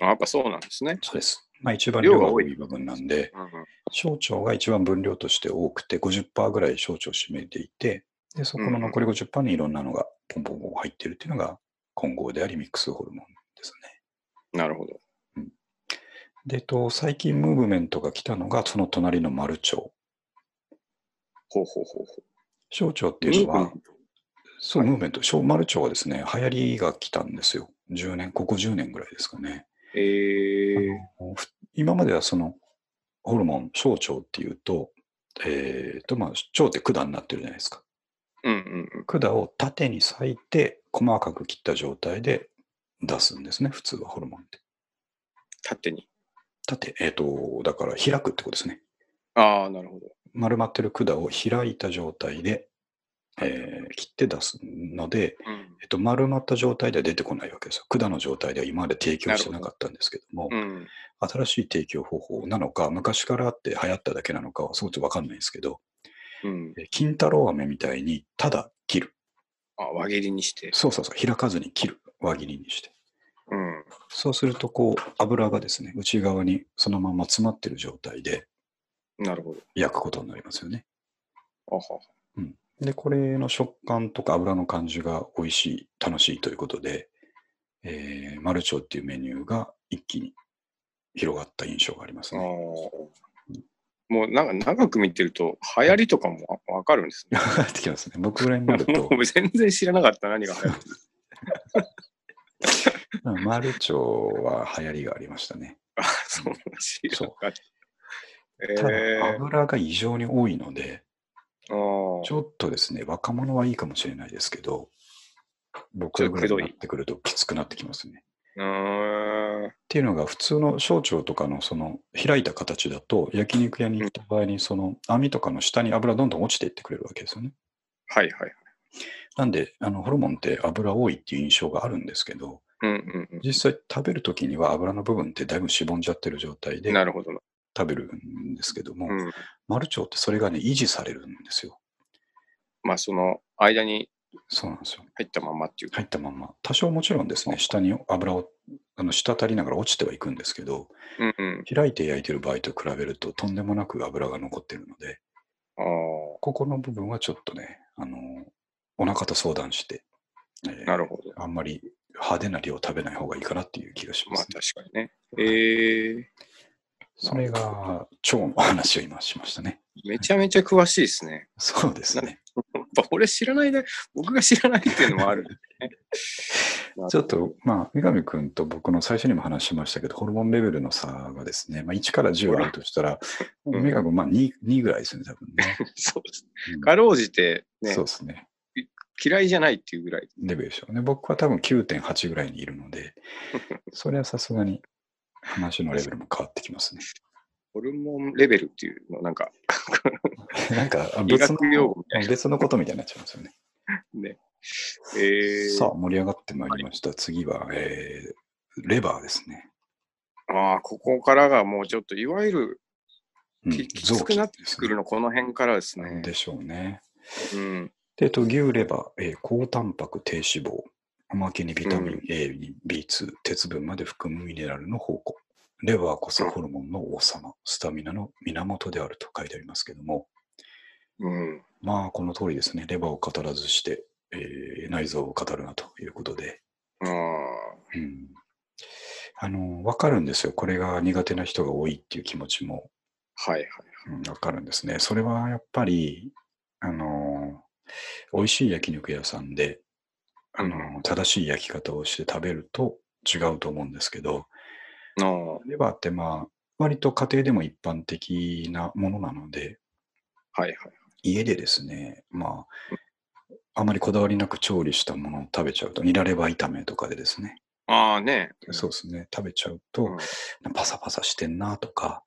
よ。あやっぱそうなんですね。そうです。まあ一番量量がが多多いい部分なんで、うんうん、小腸が一番分量として多くて50%ぐらい小腸を占めていて、で、そこの残り50%にいろんなのがポンポンポン入ってるっていうのが混合でありミックスホルモンですね。なるほど。で、えっと、最近ムーブメントが来たのが、その隣の丸腸。ほうほうほうほ小腸ってう。いうのムーはブメ、そう、はいムーブメント、小丸腸はですね、流行りが来たんですよ。10年、ここ10年ぐらいですかね。ええあのふ今まではその、ホルモン、小腸っていうと、えーと、まあ、腸って管になってるじゃないですか。うんうんうん。管を縦に裂いて、細かく切った状態で出すんですね、普通はホルモンって。縦に。縦、えっ、と、だから開くってことですね。ああ、なるほど。丸まってる管を開いた状態で、えー切って出すので、うん。えっと、丸まった状態では出てこないわけですよ。管の状態では今まで提供してなかったんですけども、うん、新しい提供方法なのか、昔からあって流行っただけなのかは、そうとわかんないですけど、うん。えー金太郎飴みたいに、ただ切る。あ、輪切りにして。そうそうそう、開かずに切る。輪切りにして。うん。そうすると、こう、油がですね、内側にそのまま詰まってる状態でなるほど。焼くことになりますよね。あはは。で、これの食感とか油の感じが美味しい、楽しいということで、えー、マルチョウっていうメニューが一気に広がった印象がありますああね。もうなんか長く見てると、流行りとかもわわかるんですね。やってきますね。僕ぐらいに なると、 もう全然知らなかった、何が流行ってるマルチョウは流行りがありましたね。か。 そう、知らなかった。ただえ、え油が異常に多いので、ああちょっとですね、若者はいいかもしれないですけど、僕ぐらいになってくるときつくなってきますね。うーん。っていうのが普通の小腸とかのその開いた形だと焼肉屋に行った場合にその網とかの下に油どんどん落ちていってくれるわけですよね。はいはい。なんであのホルモンって油多いっていう印象があるんですけどうんうん実際食べる時には油の部分ってだいぶしぼんじゃってる状態うでん。なるほどな。食べるんですけども、うん。マルチョウってそれがね維持されるんですよ。まあ、その間にそうなんですよ。入ったまんまっていうか。入ったまんま多少もちろんですね下に油をあの滴りながら落ちてはいくんですけどうんうん。開いて焼いてる場合と比べるととんでもなく油が残ってるのでああここの部分はちょっとね、あのお腹と相談して、えーー、なるほど。あんまり派手な量を食べない方がいいかなっていう気がしままあ、す確ね、かにね。ええそれが腸の話を今しましたね。 めちゃめちゃ詳しいですね。そうですね。やっぱ俺知らないで、僕が知らないっていうのもある。 なちょっと、まあ、三上君と僕の最初にも話しましたけど、ホルモンレベルの差がですね、まあ、1から10あるとしたら、うん三上君、まあ2、2ぐらいですね、多分 ね。そうです。うんかろうじて、ねそう、ですね。嫌いじゃないっていうぐらい。レベルでしょうね。僕は多分9.8ぐらいにいるの で、それはさすがに話のレベルも変わってきますね。ホルモンレベルっていうの、なんか、 なんかあ医別学の用語みたい別のことみたいになっちゃいますよね。ね。ええさあ、盛り上がってまいりました。次は、えーレバーですね。あああ、ここからがもうちょっと、いわゆるうんききつくなってくるの、この辺からですね。でしょうね。うん。で、えっと牛レバー、えー高タンパク、低脂肪、おまけにビタミうン A、B2、鉄分まで含むミネラルの宝庫。レバーこそホルモンの王様、スタミナの源であると書いてありますけども、うん。まあ、この通りですね。レバーを語らずして、えー内臓を語るなということで。ああ。うん。あの、わかるんですよ。これが苦手な人が多いっていう気持ちも、はいはい。うんわかるんですね。それはやっぱり、あの、美味しい焼肉屋さんで、あの、正しい焼き方をして食べると違うと思うんですけど、ああ。レバーってまあ、割と家庭でも一般的なものなので、はいはい。家でですね、まあ、あまりこだわりなく調理したものを食べちゃうと、ニラレバ炒めとかでですね、ああね。そうですね、食べちゃうと、うんパサパサしてんなとか、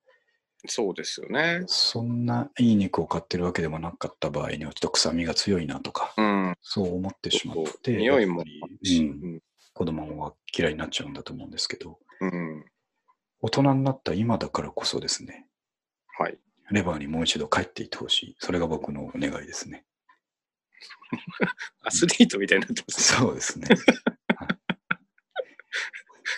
そうですよね。そんないい肉を買ってるわけでもなかった場合には、ちょっと臭みが強いなとか、うん。そう思ってしまっそうて、匂いやもっぱりううん、ん。子供は嫌いになっちゃうんだと思うんですけど、うん。大人になった今だからこそですね、はい。レバーにもう一度帰っていってほしい。それが僕のお願いですね。アスリートみたいになってます。そうです ね。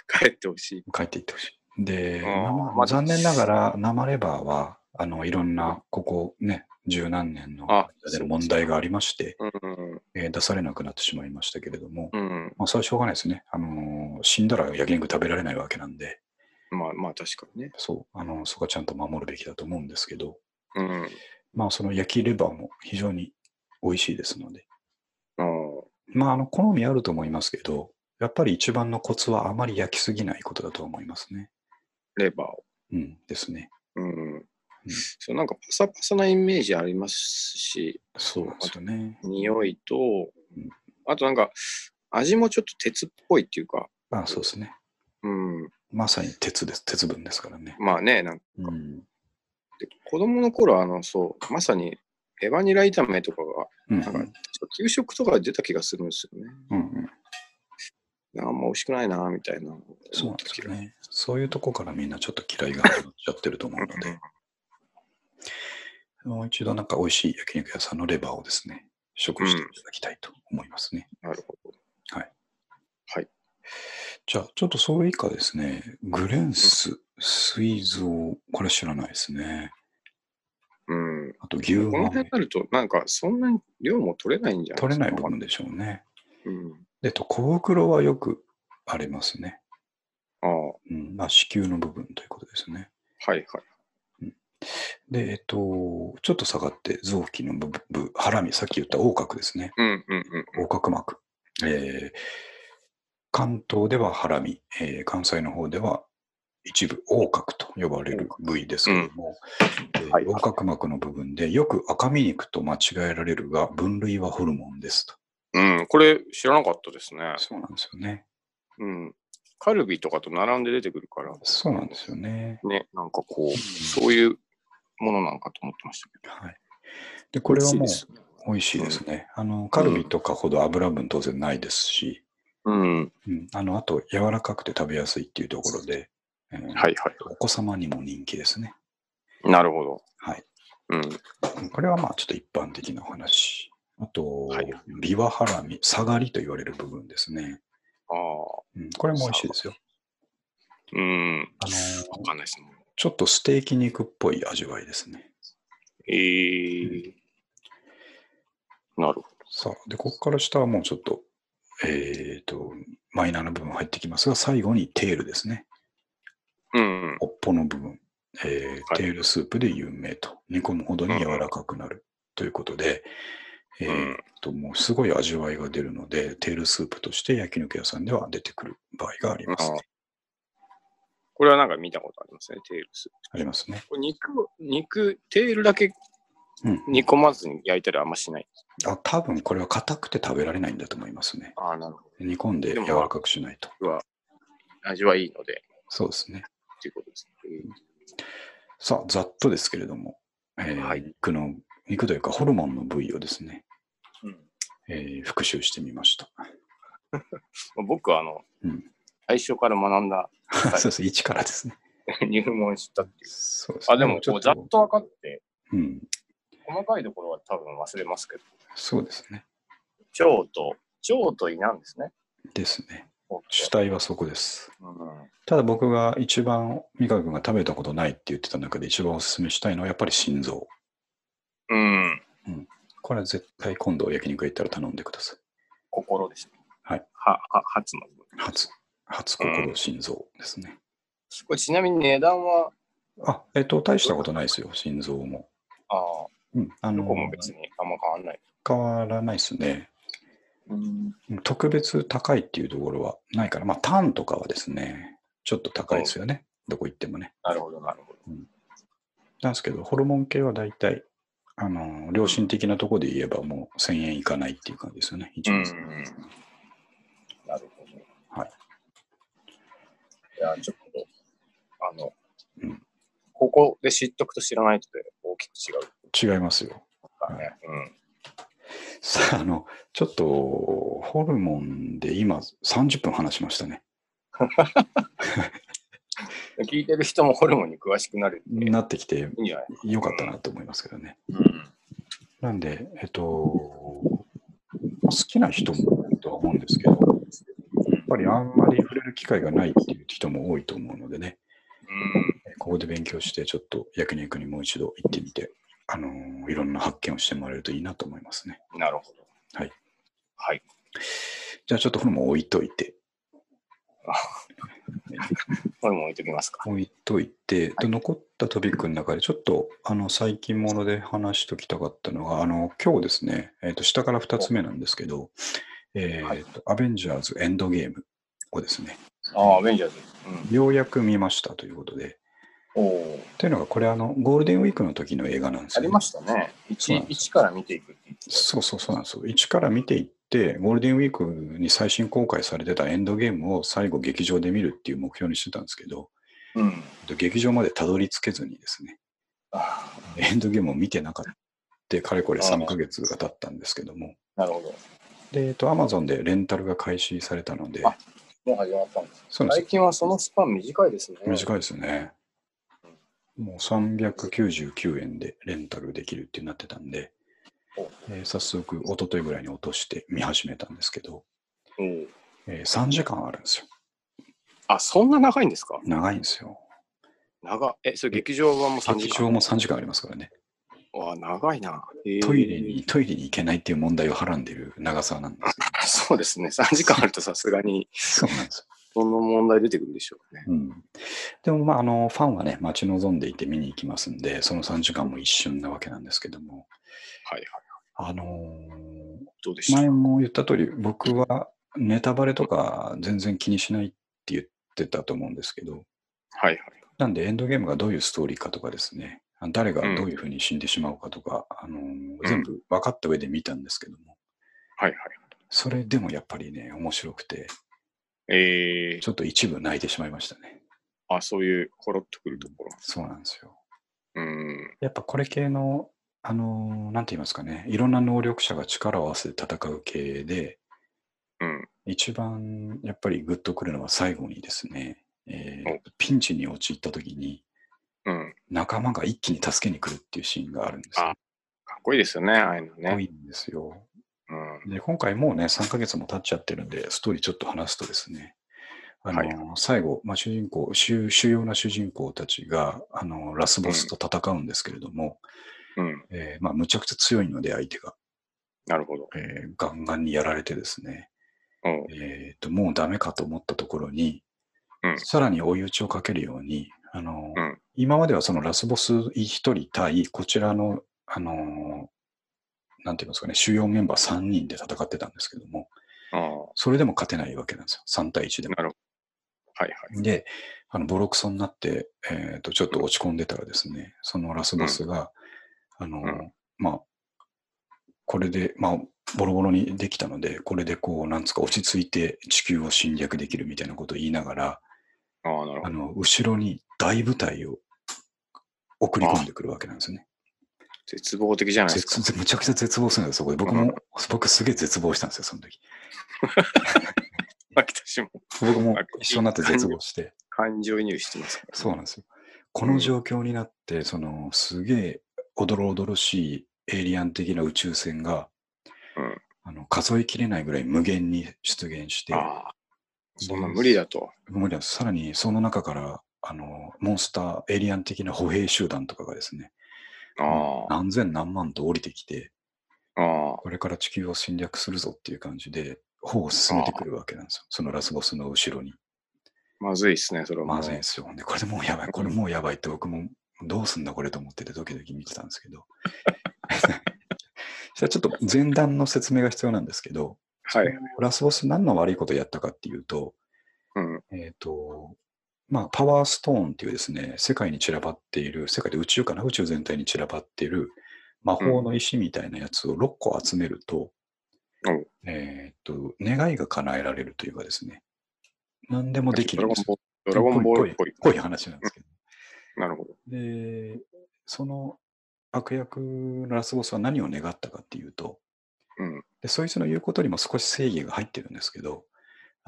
帰ってほしい。帰っていってほしい。で、あー生まあ残念ながら生レバーは、あの、いろんな、ここね、十何年のあ間で問題がありまして、うん。えー出されなくなってしまいましたけれども、うん。まあ、それはしょうがないですね。あのー死んだら焼肉食べられないわけなんで、まあまあ確かにね。そう、あのそこはちゃんと守るべきだと思うんですけど、うん。まあ、その焼きレバーも非常に美味しいですので、ああ。まあ、あの、好みあると思いますけど、やっぱり一番のコツはあまり焼きすぎないことだと思いますね。レバーを。うん、ですね。うん。そうなんかパサパサなイメージありますし、そうですよね。匂いとうん、あとなんか味もちょっと鉄っぽいっていうか、まあ、そうですね。うん。まさに鉄です。鉄分ですからね。まあね、なんかうん。子供の頃あの、そう、まさにエバニラ炒めとかが、うん。なんか給食とかで出た気がするんですよね。うんうん、あんま美味しくないな、みたいな。そうなんですよね。そういうとこからみんなちょっと嫌いが始まっちゃってると思うので、もう一度なんか美味しい焼肉屋さんのレバーをですね、食していただきたいと思いますね。なるほど。じゃあ、ちょっとそれ以下ですね、グレンス、水蔵、これ知らないですね。うん。あと牛この豆辺に、なると、なんか、そんなに量も取れないんじゃない取でれすか。ない部分でしょうね。うん。で、と小袋はよくありますね。ああ、うん、まあ、子宮の部分ということですね。はいはい。で、えっと、ちょっと下がって、臓器の部分、腹身、さっき言った横隔ですね。うんうんうん。横隔膜。えー関東ではハラミ、えー関西の方では一部横隔と呼ばれる部位ですけれども、えーはい横隔膜の部分でよく赤身肉と間違えられるが、分類はホルモンですと。うん、これ知らなかったですね。そうなんですよね。うん。カルビとかと並んで出てくるから、そうなんですよね。ね、なんかこう、そういうものなのかと思ってましたけど。はい、で、これはもう美味しいです美味しいですね。あの、カルビとかほど油分当然ないですし、うん。うん、あの、あと柔らかくて食べやすいっていうところで、えーはいはお子様にも人気ですね。い。なるほど。はい。うん。これはまあちょっと一般的なお話。あと、はいビワハラミ、下がりと言われる部分ですね。ああ。うん、これも美味しいですよ。うん。あのわーかんないですもん。ちょっとステーキ肉っぽい味わいですね。えー。なるほさあ、で、ここから下はもうちょっと、えっ、と、マイナーな部分入ってきますが、最後にテールですね。ど。うん。尾っぽの部分。えーはいテールスープで有名と。煮込むほどに柔らかくなるということで、えーっと、もうすごい味わいが出るので、テールスープとして焼肉屋さんでは出てくる場合がありますね、あこれはなんか見たことありますね、テールス。ありますね。これ肉を、肉、テールだけうん。煮込まずに焼いたりあんましない。あ、多分これは硬くて食べられないんだと思いますね。ああ、なるほど。煮込んででも柔らかくしないと。味はいいので、そうですね。っていうことですね。さあ、ざっとですけれども、えーはい肉の、肉というかホルモンの部位をですね、うんえー復習してみました。まあ僕はあの、うん最初から学んだ、 そうです。一からですね。入門したっていう。そうですねあ、でも、ちこょうっざっと、と分かって、うん。細かいところは多分忘れますけど、そうですね。蝶と、蝶と胃なんですね。ですね。僕は主体はそこです。うんただ僕が一番、三上君が食べたことないって言ってた中で一番おすすめしたいのはやっぱり心臓。うん。これは絶対今度焼肉屋行ったら頼んでください。心ですね。はい。は、は、初の部分。初、初心心臓ですね。これちなみに値段は、あ、えっと、大したことないですよ、心臓も。ああ、うん、あどのこも別にあんま変わんない。変わらないですね。うん。うん特別高いっていうところはないから、まあ、タンとかはですね、ちょっと高いですよね、どこ行ってもね。なるほど、なるほど。なんですけど、ホルモン系は大体、あの、良心的なところで言えばもう1000円いかないっていう感じですよね、一う番ん。なるほど。はい。いや、ちょっと、あの、うんここで知っとくと知らないとで大きく違う違いますよ。からね。うん。さ あ、あの、ちょっと、ホルモンで今30分話しましたね。聞いてる人もホルモンに詳しくなるっていなってきていんじゃないよかったなと思いますけどね。うん。なんで、えっと、まあ好きな人もいるとは思うんですけど、やっぱりあんまり触れる機会がないっていう人も多いと思うのでね、うん。えここで勉強して、ちょっと焼肉にもう一度行ってみて、あのーいろんな発見をしてもらえるといいなと思いますね。なるほど。はい。はい。じゃあちょっとこれも置いといて、ホルモン置いときますか。置いといて、で残ったトピックの中で、ちょっとあの最近もので話しときたかったのが、あの今日ですね、えっと下から2つ目なんですけど、えっとアベンジャーズエンドゲームをですね、ああ、アベンジャーズ。ようやく見ましたということで、うん。おお。というのが、これあの、ゴールデンウィークの時の映画なんですあよ、りましたね。そうなん1、です一から見ていくって言ってたそうそうそうなんですよ。一から見ていって、ゴールデンウィークに最新公開されてたエンドゲームを最後劇場で見るっていう目標にしてたんですけど、うん。劇場までたどり着けずにですね、ああエンドゲームを見てなかった、かれこれあー3ヶ月が経ったんですけども、なるほど。で、えっと、Amazon でレンタルが開始されたので、あもう始まったんです。そうなんですよ最近はそのスパン短いですね。短いですね。もう399円でレンタルできるってなってたんでお、えー早速、一昨日ぐらいに落として見始めたんですけど、うん。えー3時間あるんですよ。あ、そんな長いんですか長いんですよ。長っえ、それ劇場版も3時劇間。場も3時間ありますからね。わあ、長いな。トイレに、トイレに行けないっていう問題をはらんでいる長さなんでへえ。そうですね。3時間あるとさすがに、 す。そうなんですその問題出てくるでしょうね。よ。うん、でも、まあ、あの、ファンはね、待ち望んでいて見に行きますんで、その3時間も一瞬なわけなんですけども、はいはい。あのーどうでした前も言った通り、僕はネタバレとか全然気にしないって言ってたと思うんですけど、はいはい。なんでエンドゲームがどういうストーリーかとかですね、あ誰がどういうふうに死んでしまうかとか、あのー全部分かった上で見たんですけども、はいはい。それでもやっぱりね、面白くて、えー、ちょっと一部泣いてしまいましたね。あ、そういう、ほろっとくるところ。そうなんですよ。うん。やっぱこれ系の、あのーなんて言いますかね、いろんな能力者が力を合わせて戦う系で、うん。一番やっぱりグッとくるのは最後にですね、えーおピンチに陥った時にうん。仲間が一気に助けに来るっていうシーンがあるんですよあ。かっこいいですよね、ああいうの多ね。いんですよ。うん。で、今回もうね、3ヶ月も経っちゃってるんで、ストーリーちょっと話すとですね、あのはい最後、まあ、主人公主、主要な主人公たちが、あのラスボスと戦うんですけれども、うん。えーまあ、むちゃくちゃ強いので、相手が、なるほど。えーガンガンにやられてですね、うん。えー、ともうダメかと思ったところに、うんさらに追い打ちをかけるように、あのうん今まではそのラスボス一人対こちらの、あのなんていうんですかね、主要メンバー3人で戦ってたんですけども、ああ。それでも勝てないわけなんですよ、3対1でも。なるほど。はいはい。で、あのボロクソになって、えー、とちょっと落ち込んでたらですね、そのラスボスが、あのうんまあ、これで、まあ、ボロボロにできたので、これでこう、なんつうか落ち着いて地球を侵略できるみたいなことを言いながら、ああ、なるほあど。の後ろに大部隊を送り込んでくるわけなんですよね。絶望的じゃないですか。絶むちゃくちゃ絶望するんですよ、そこで。僕も、うん僕すげえ絶望したんですよ、その時。私も僕も一緒になって絶望して。 感情移入してますから、そうなんですよ。この状況になって、そのすげえおどろおどろしいエイリアン的な宇宙船が、うんあの数えきれないぐらい無限に出現して、ああ、そんな無理だと。無理なんですさらにその中からあのモンスター、エイリアン的な歩兵集団とかがですね、ああ、何千何万と降りてきて、ああ、これから地球を侵略するぞっていう感じで、歩を進めてくるわけなんですよ。そのラスボスの後ろに。まずいですね、それはもう。まずいんですよ。で、これでもうやばい、これもうやばいって、僕もどうすんだこれと思ってて、ドキドキ見てたんです けど。そしたらちょっと前段の説明が必要なんですけど、はい。ラスボス何の悪いことやったかっていうと、うん。えっ、と、まあ、パワーストーンっていうですね、世界に散らばっている、世界で宇宙かな、宇宙全体に散らばっている魔法の石みたいなやつを6個集めると、うんえっ、と、願いが叶えられるというかですね、何でもできるドんラでゴンすボール。ドラゴンボールっぽい。ぽい話なんですけど。なるほど。で、その悪役のラスボスは何を願ったかっていうと、うんでそいつの言うことにも少し正義が入ってるんですけど、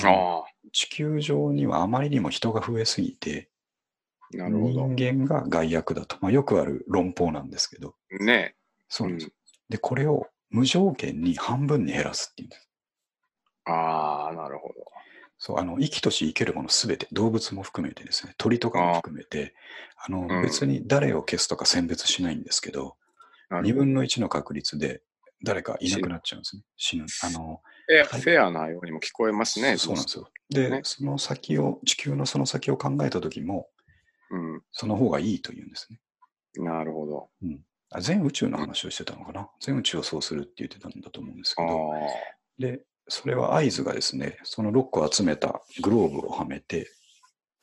あのあ地球上にはあまりにも人が増えすぎて、あ、なるほど人。間が害悪だと、まあ、よくある論法なんですけど、ねそうなんですよ、で、これを無条件に半分に減らすっていうんです。え。ああ、なるほど。そうあの生きとし生けるものすべて、動物も含めてですね、鳥とかも含めて、あのうん別に誰を消すとか選別しないんですけど、な2るほど分の1の確率で誰かいなくなっちゃうんですね。死ぬ。あの、えはいフェアなようにも聞こえますね。そうなんですよ。で、ねその先を、地球のその先を考えた時も、うん。その方がいいというんですね。なるほど。あ全宇宙の話をしてたのかな。全宇宙をそうするって言ってたんだと思うんですけあど、で、それは合図がですね、その6個集めたグローブをはめて、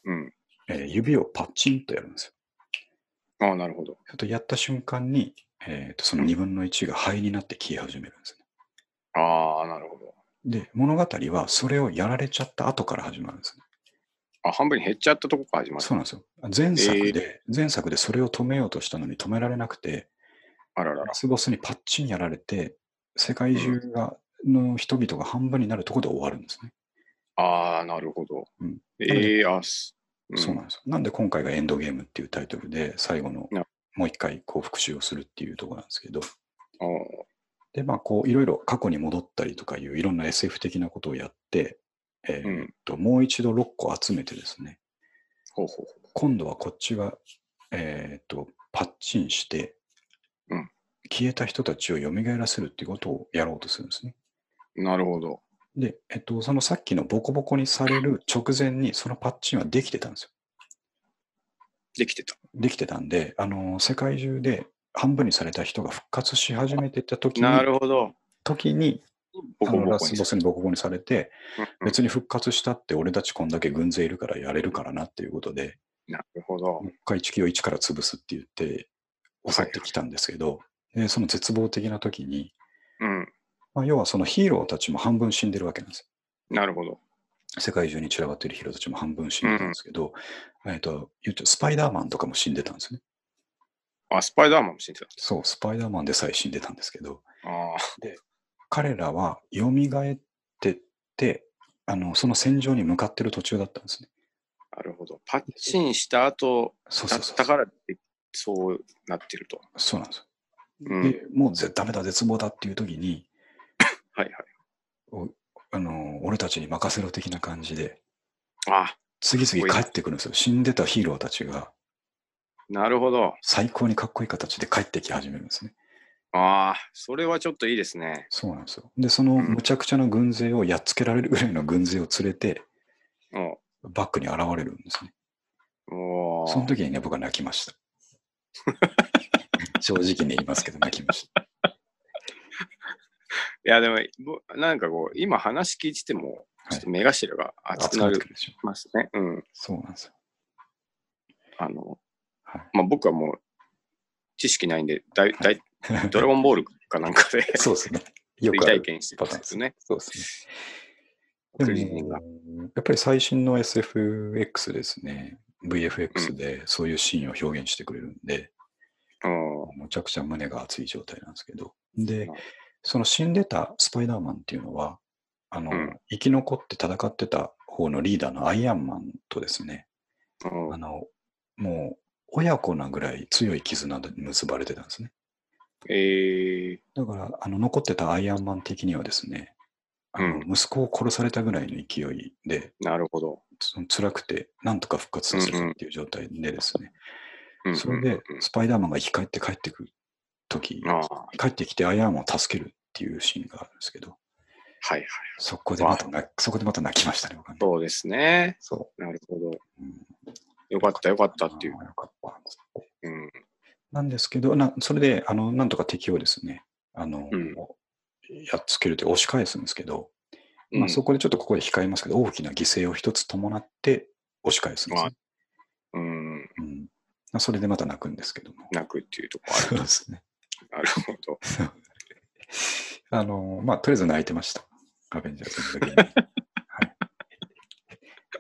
あ、うん。えー指をパチンとやるんですよ。ああ、なるほど。ちょっとやった瞬間に、えーとその2分の1が灰になって消え始めるんですね。ああ、なるほど。で、物語はそれをやられちゃった後から始まるんですね。あ、半分に減っちゃったとこから始まっそた。うなんですよ。前作で、前作でそれを止めようとしたのに止められなくて、あらららラ。スボスにパッチンやられて、世界中が、の人々が半分になるところで終わるんですね。ああ、なるほど。うんええあす。そうなんですよ。なんで今回がエンドゲームっていうタイトルで、最後のなもう一回こう復習をするっていうところなんですけど、あーで、まあこういろいろ過去に戻ったりとかいういろんな SF 的なことをやって、えーっと、もう一度6個集めてですね、ほうほうほ今度はこっちが、えーっと、パッチンして、うん消えた人たちを蘇らせるっていうことをやろうとするんですね。う。なるほど。で、えっと、そのさっきのボコボコにされる直前に、そのパッチンはできてたんですよ。できてた。できてたんで、あの、世界中で半分にされた人が復活し始めてた時なに、るほど。時に、ボコあのボラコスにボ。スにボコボコにされて、うんうん別に復活したって俺たちこんだけ軍勢いるからやれるからなっていうことで、なるほどもう。一回地球を一から潰すって言って襲ってきたんですけど、でその絶望的な時に、うん。まあ、要はそのヒーローたちも半分死んでるわけなんですよなるほど。世界中に散らばっているヒーローたちも半分死んでたんですけど、えっと言っちゃうスパイダーマンとかも死んでたんですね。あ、スパイダーマンも死んでた。そう、スパイダーマンでさえ死んでたんですけど、あ彼らは蘇ってって、あのその戦場に向かってる途中だったんですね。あ、なるほど。パッチンした後そうそだっうそう。たからってそうなってると。そうなんですよ。うん。はいで、もうぜダメだ、絶望だっていう時に、はい。あの俺たちに任せろ的な感じで、あ、次々帰ってくるんですよ。死んでたヒーローたちがなるほど。最高にかっこいい形で帰ってき始めるんですね。ああ、それはちょっといいですね。そうなんですよ。で、そのうんむちゃくちゃな軍勢をやっつけられるぐらいの軍勢を連れて、うん。バックに現れるんですね。おそのー時にね、僕は泣きま した。正直に言いますけど、泣きました。いや、でも、ぼなんかこう、今話聞いてても、ちょっと目頭が熱く熱なくなってりくるでしょ。ますね。うん。そうなんですよ。あの、はいまあ、僕はもう、知識ないんで、だいだいドラもゴンボールかなんかでそうですね。 よ追くあ体る。験してたんですよね。そうですね。クでリーもンが、やっぱり最新の SFX ですね。VFX でそういうシーンを表現してくれるんで、うんむちゃくちゃ胸が熱い状態なんですけど。なるでほど、その死んでたスパイダーマンっていうのは、あの、うん生き残って戦ってた方のリーダーのアイアンマンとですね、あーあの、もう親子なぐらい強い絆で結ばれてたんですね。えだから、あの、残ってたアイアンマン的にはですね、あのうん息子を殺されたぐらいの勢いで、ー、なるほど。その辛くて、なんとか復活させるっていう状態でですね、うんそれでうんうんスパイダーマンが生き返って帰ってくるとき、ああ、は帰ってきてアイアンマンを助けるっていうシーンがあるんですけど、いはい。そこでまた泣き、そこでまた泣きましたね、僕はね。そうですね。そなるほど。う。うんよかったよかったっていうあ。ーよかったっつってうん。なんですけど、なそれであのなんとか敵をですね、あのうんやっつけるって押し返すんですけど、うまあ、んそこでちょっとここで控えますけど、大きな犠牲を一つ伴って押し返すんですね、うん。うんまあそれでまた泣くんですけども。 泣くっていうとこあそうですね。る。なるほど。あの、まあ、とりあえず泣いてました。アベンジャー ズの時に。は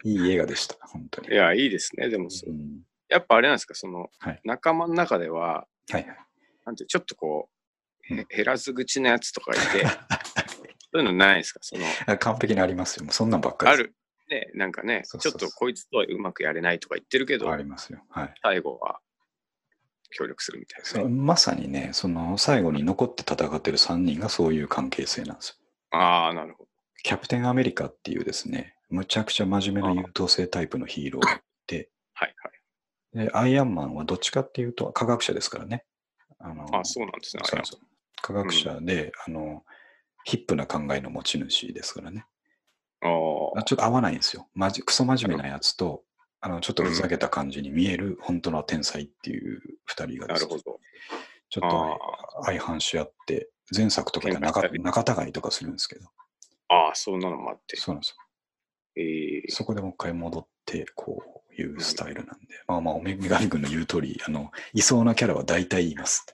い、いい映画でした、本当に。いや、いいですね。でもそうう、んやっぱあれなんですか、そのはい、仲間の中では、はいはい。なんて、ちょっとこう、うんへ減らず口のやつとかい て、そういうのないですかその、あ完璧にありますよ。もうそんなんばっかりあです。る、ね、なんかね、そうそちょうっそうとこいつとはうまくやれないとか言ってるけどあ、りますよ。はい。最後は協力するみたいそなうね。まさにね、その最後に残って戦ってる3人がそういう関係性なんですよ。ああ、なるほキャプテンアメリカっていうですね、むちゃくちゃ真面目な優等生タイプのヒーローがいて、ど。はいはい。でアイアンマンはどっちかっていうと科学者ですからね。あのあそうなんですね。あそうれはそう科学者で、あの、ヒップな考えの持ち主ですからね。ああちょっと合わないんですよ。まじクソ真面目なやつと、あのちょっとふざけた感じに見える本当の天才っていう2人があ、でなるすほね、ど。ちょっあと相反し合って、前作とかでは喧嘩し仲たり仲違いとかするんですけど、あ、ああそんなのもあって。そうなんですよええそこでもう一回戻って、こういうスタイルなんで、まあまあ、おめ女神君の言う通り、あの、いそうなキャラは大体言います。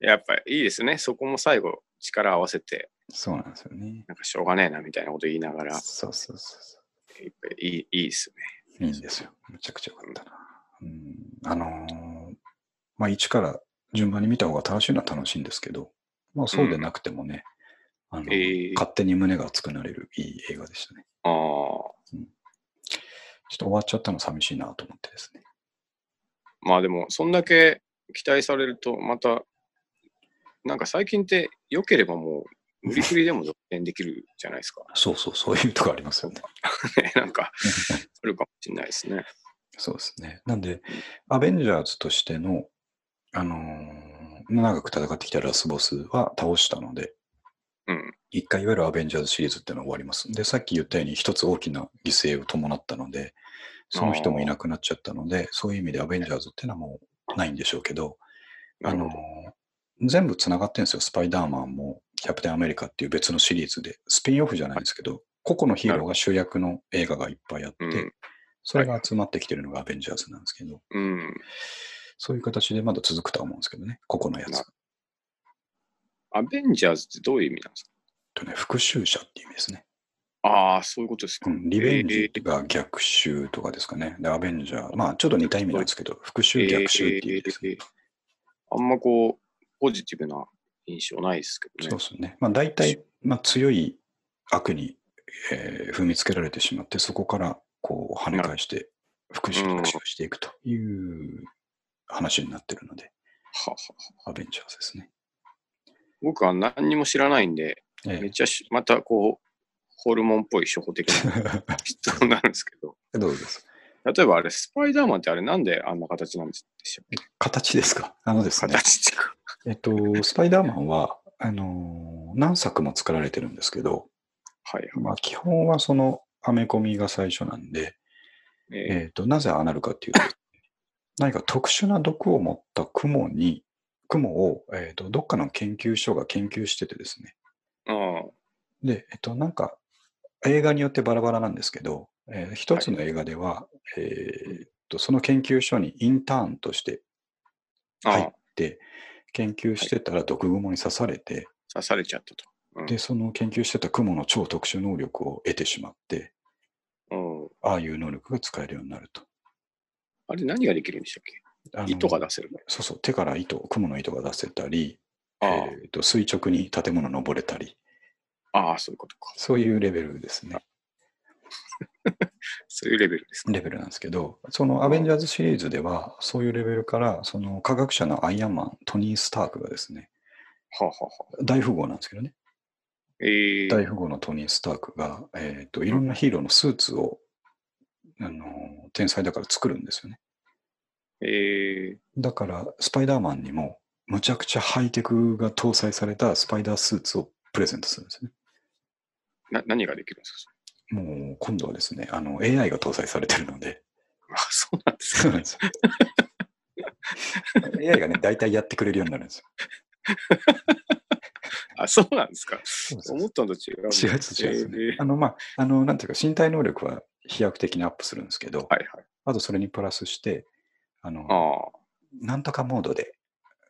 やっぱいいですね。そこも最後、力合わせて、そうなんですよね。なんかしょうがねえなみたいなこと言いながら、やっそうそうそうそぱりいいいいですね。う。いいんですよ。めちゃくちゃよかったな。うん、あのーまあ、一から順番に見た方が楽しいのは楽しいんですけど、まあ、そうでなくてもね、あのええ勝手に胸が熱くなれるいい映画でしたね。ちああ、ょっと終わっちゃったの寂しいなと思ってですね。まあでも、そんだけ期待されると、また、なんか最近って良ければもう、無理くりでも続編できるじゃないですか。 そうそう、そういうとこありますよね。ねなんか、あるかもしれないですね。 そうですね。なんで、アベンジャーズとしての、あのー長く戦ってきたラスボスは倒したので、うん。一回いわゆるアベンジャーズシリーズっていうのは終わります。で、さっき言ったように一つ大きな犠牲を伴ったので、その人もいなくなっちゃったので、そういう意味でアベンジャーズっていうのはもうないんでしょうけど、なあるのほど。ー全部つながってるんですよ。スパイダーマンもキャプテンアメリカっていう別のシリーズで、スピンオフじゃないんですけど、個々のヒーローが主役の映画がいっぱいあって、うんそれが集まってきてるのがアベンジャーズなんですけど、うん。そういう形でまだ続くとは思うんですけどね、個々のやつ。なえっるアベンジャーズってどういう意味なんですとね、復讐者っていう意味ですね。かああ、そういうことですか。うんリベンえジえが逆襲とかですかね。で、アベンジャー、まあちょっと似た意味なんですけど、復讐逆襲っていう意味ですね。ええあんまこう、ポジティブな印象ないですけどそうでね。すね。まあ大体、まあ、強い悪に、えー踏みつけられてしまって、そこからこう跳ね返して、復讐うん逆襲していくという話になってるので、ははアベンジャーズですね。僕は何にも知らないんで、えめっちゃしまたこう、ホルモンっぽい初歩的なえ質問になるんですけど、 どうです例えばあれ、スパイダーマンってあれなんであんな形なんでしょう形ですかあのですね。形っていうか。えっと、スパイダーマンは、あのー何作も作られてるんですけど、はいはまあ、基本はそのアメコミが最初なんで、い。ええっと、なぜああなるかっていうと、 何か特殊な毒を持ったクモに、クモを、えっとどっかの研究所が研究しててですね。えあで、えっと、なんか映画によってバラバラなんですけど、えー一つの映画では、えっとその研究所にインターンとしてあ、入っああて、研究してたら毒蜘蛛に刺されて、刺されちゃったと。うんで、その研究してたクモの超特殊能力を得てしまって、うん、ああいう能力が使えるようになると。あれ何ができるんでしたっけあの糸が出せるのそうそう、手から糸、クモの糸が出せたり、ああえーと垂直に建物登れたり、ああ、そういうことか。そういうレベルですね。そういうレベルですね。レベルなんですけど、そのアベンジャーズシリーズでは、そういうレベルから、その科学者のアイアンマン、トニー・スタークがですね、はあ、はあはあ、大富豪なんですけどね、え大ー、富豪のトニー・スタークが、えー、といろんなヒーローのスーツを、あの天才だから作るんですよね。えー、だから、スパイダーマンにも、むちゃくちゃハイテクが搭載されたスパイダースーツをプレゼントするんですよね。な何ができるんですか もう今度はですね、あの AI が搭載されてるの で、あそうなんですそうなんですよ。AI がね、大体やってくれるようになるんですよ。あ、そうなんですか。そうそう思ったのと違う。違うやつ違うやつねえーあの、まあ、あの、なんていうか、身体能力は飛躍的にアップするんですけど、はいはい。あとそれにプラスして、あの、あなんとかモードで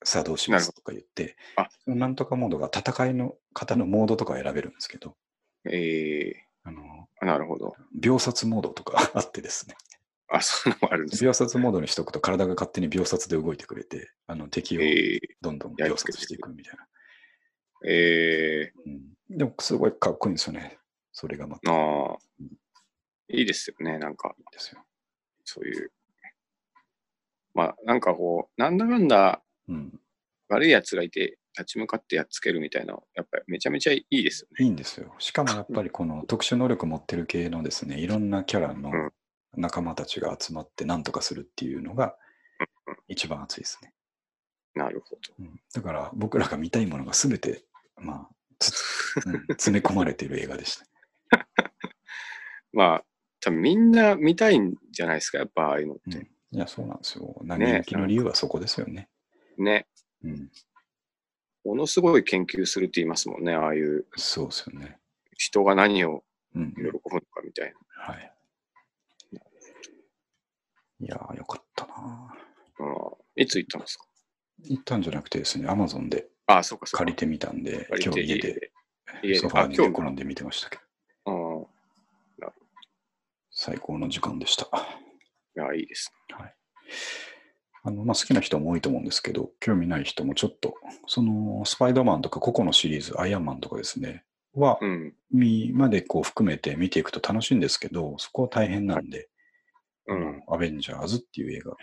作動しますとか言ってなる、そのなんとかモードが戦いの方のモードとかを選べるんですけど、あ、えあの、ー、なるほど。秒殺モードとかあってですね、あ、そんなのもあるんですか。秒殺モードにしとくと体が勝手に秒殺で動いてくれて、あの敵をえどんどんや秒りつけ殺てしていくみたいな。ー、えうん、でも、すごいかっこいいんですよね。それがまたー、ああ、いいですよね。なんか、いいですよ。そういう。まあ、なんかこう、なんだかんだうん、悪い奴がいて、立ち向かってやっつけるみたいな、やっぱりめちゃめちゃいいですよね。いいんですよ。しかもやっぱりこの特殊能力持ってる系のですね、いろんなキャラのうん仲間たちが集まって何とかするっていうのが一番熱いですね。なるほど。うん、だから僕らが見たいものが全て、まあ、つうん詰め込まれている映画でした。まあ、多分みんな見たいんじゃないですか、やっぱああいうのって。いや、そうなんですよ。何人気の理由はそこですよね。ね。うん、ものすごい研究するって言いますもんね、ああいうそうですよね。人が何をうん喜、ぶのかみたいはい。いやー、よかったなな。うんいつ行ったんですか行ったんじゃなくてですね、アマゾンであそうかそうか。借りてみたんで、借り今て日家で、家でソファーに寝あ今日転んで見てましたけど、うん。い最高の時間でした。はや、いいです。いあのまあ、好きな人も多いと思うんですけど、興味ない人もちょっと、そのスパイダーマンとか個々のシリーズ、アイアンマンとかですね、は、うん。みまでこう含めて見ていくと楽しいんですけど、そこは大変なんで、うん。アベンジャーズっていう映画が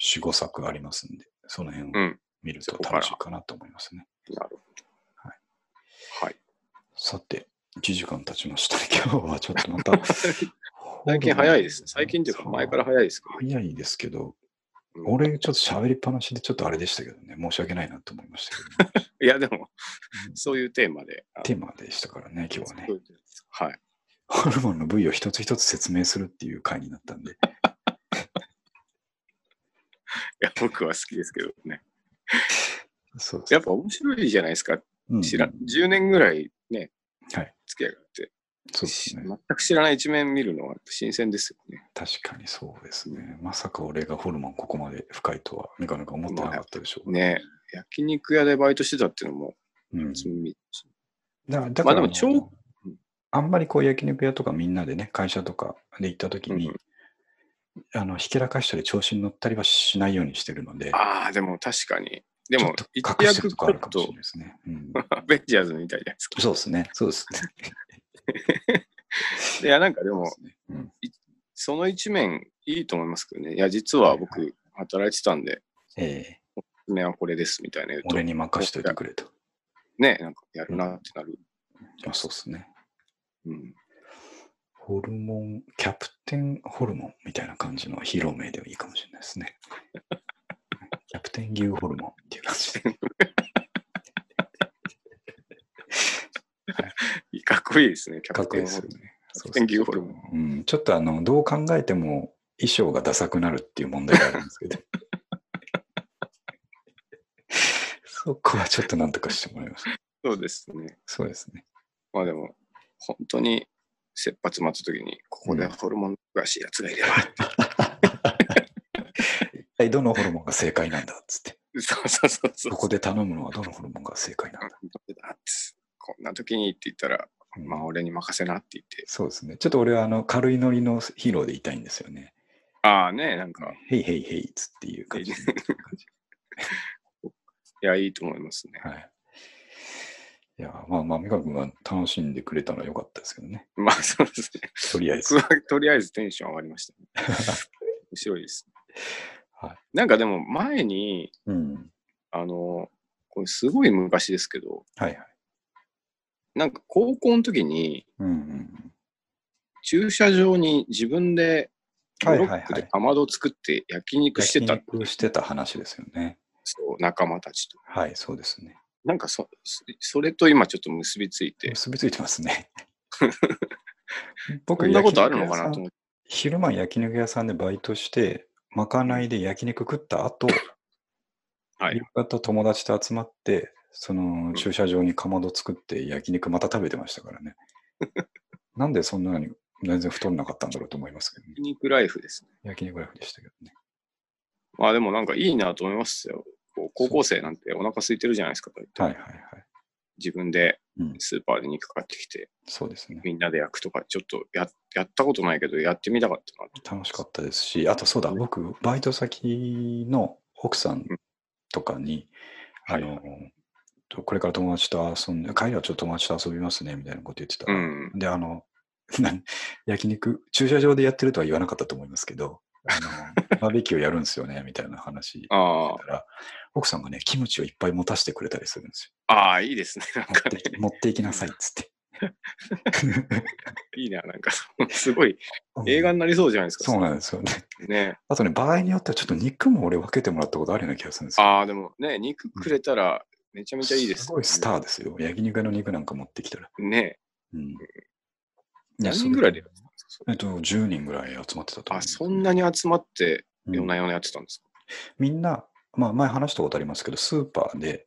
4、5作ありますんで、その辺うをん。見ると楽しいかなと思いますね。なるほど。はい。はい。さて、1時間経ちましたね。 今日はちょっとまた。 最近早いですね。最近というか、前からい。早いですけ早いですけど、ど。俺ちょっと喋りっぱなしでちょっとあれでしたけどね、申し訳ないなと思いましたけ ど、ね、いや、でもう、ん そういうテーマで。あのテーマでしたからね、今日はねそう。いうテーマですはい。ホルモンの部位を一つ一つ説明するっていう回になったんで、いや、僕は好きですけどね。そうですやっぱ面白いじゃないですか。うん知ら10年ぐらいね、はい付き合いがあって、そうですね。全く知らない一面見るのは新鮮ですよね。確かにそうですね。まさか俺がホルモンここまで深いとはなかなか思ってなかったでしょう。ね焼肉屋でバイトしてたっていうのも、うん、みだから、だまからあでもの超あんまりこう焼肉屋とかみんなでね、会社とかで行った時に、うんうあの、ひけらかしたり調子に乗ったりはしないようにしてるので、ああ、でも確かに。でもちょ、一っと隠してる躍ちとこあょるかっもしれなといですね。うん、ア ベンジャーズみたいじゃないですか。そうですね。そうですね。 いや、なんかでも、うん、その一面いいと思いますけどね。いや、実はは僕、働いてたんで、ええねはこれですみたいな言うと俺、に任しておいてくれと。ね、なんかやるなってなる。あそうですね。うん。ホルモン、キャプテンホルモンみたいな感じのヒーロー名でもいいかもしれないです ね。キャプテン牛ホルモンっていう感じで。いいかっこいいですね、キ ャかっプこいテいンでホすルよモンね。キャプテン牛ホルモン。うん、ちょっとあの、どう考えても衣装がダサくなるっていう問題があるんですけど。 そこはちょっとなんとかしてもらいました。そうですね。そうですね。まあでも、本当に切羽詰まった時に、ここでホルモンらしいやつがいれば、一体どのホルモンが正解なんだっつって。 そうそうそうそう。ここで頼むのはどのホルモンが正解なんだ。こんな時にって言ったら、うんまあ俺に任せなって言って。そうですね。ちょっと俺はあの軽いノリのヒーローでいたいんですよね。ああね、なんか、ヘイヘイヘイっつっていう感 じ。いや、いいと思いますね。はい。いや、まあまあ、三上君が楽しんでくれたのは良かったですけどね。まあ、そうですね。とりあえ僕ず。はとりあえずテンション上がりました、ね。 面白いです。はいなんかでも前に、うん。あの、これすごい昔ですけど、はいはい。なんか高校の時にうんうん。駐車場に自分でブロはいはッいクはでいかまど作って焼肉してたん焼肉してた話ですよね。ですよ、仲間たちと。はい、そうですね。なんかそそそれと今ちょっと結びついて、結びついてます ね。こんなことあるのかな焼肉屋さとん思って。昼間焼肉屋さんでバイトして、まかないで焼肉食った後、はい夕。方友達と集まって、その駐車場にかまど作って焼肉また食べてましたから ね。なんでそんなに全然太んなかったんだろうと思いますけどね。焼肉ライフですね。焼肉ライフでしたけどね。まあでもなんかいいなと思いますよ。こう高校生なんてお腹空いてるじゃないですか。はいはいはい。自分でうん、スーパーで肉買ってきて、そうですね。みんなで焼くとか、ちょっとややったことないけど、やってみたかったなと。楽しかったですし、あとそうだ、僕、バイト先の奥さんとかに、うんあの、とこれから友達と遊んで、帰りはちょっと友達と遊びますね、みたいなこと言ってたうら、ん。で、あの、 なん焼肉、駐車場でやってるとは言わなかったと思いますけど、 あのバーベキューやるんですよね、みたいな話してあたら、奥さんがね、キムチをいっぱい持たせてくれたりするんですあ、ああ、いいですね。なんよ。持か ってね、き持っていきなさいっつ って。 いいな、なんか、すごいうん映画になりそうじゃないですか。そうなんですよね。ね。あとね、場合によってはちょっと肉も俺分けてもらったことあるような気がするんですよ。ああ、でもね、肉くれたら、めちゃめちゃいいです、ね。すごいスターですよ。焼肉屋の肉なんか持ってきたら。ね。うん。いや何人ぐらいでやそっれてたんですかそれえっと、10人ぐらい集まってたと思うあ、そんなに集まって、うん夜な夜なやってたんですか、みんな、まあ前話したことありますけど、スーパーで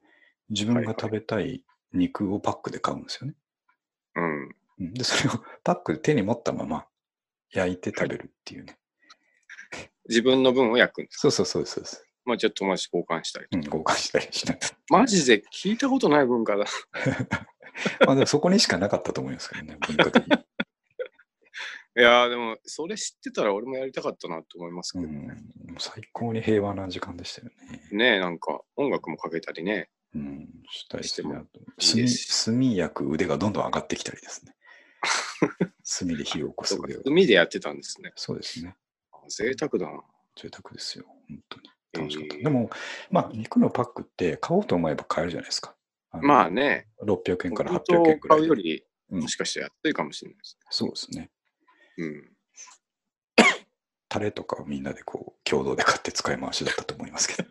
自分が食べたい肉をパックで買うんですよね。うん、うんで、それをパックで手に持ったまま焼いて食べるっていうね。自分の分を焼くんです。そうそうそうですそうです。まあ、ちょっと友達交換したりとかうん、交換したりしながマジで聞いたことない文化だ。 ら。まあでもそこにしかなかったと思いますけどね、文化的に。いやーでも、それ知ってたら俺もやりたかったなと思いますけうどんね。、最高に平和な時間でしたよね。ねえ、なんか音楽もかけたりね。うん、したいですね。してもあといいで炭す炭焼く腕がどんどん上がってきたり ですね。炭で火を起こすそうか腕が。海でやってたんですね。そうですね。あ贅沢だな。贅沢ですよ。本当に。楽しかった。えーでも、まあ、肉のパックって買おうと思えば買えるじゃないですか。のまあ。ね、 600円から本800当円くらいう買でより、うんもしかしたら安いかもしれないです。そうですね。うん。タレとかをみんなでこう、共同で買って使い回しだったと思いますけど。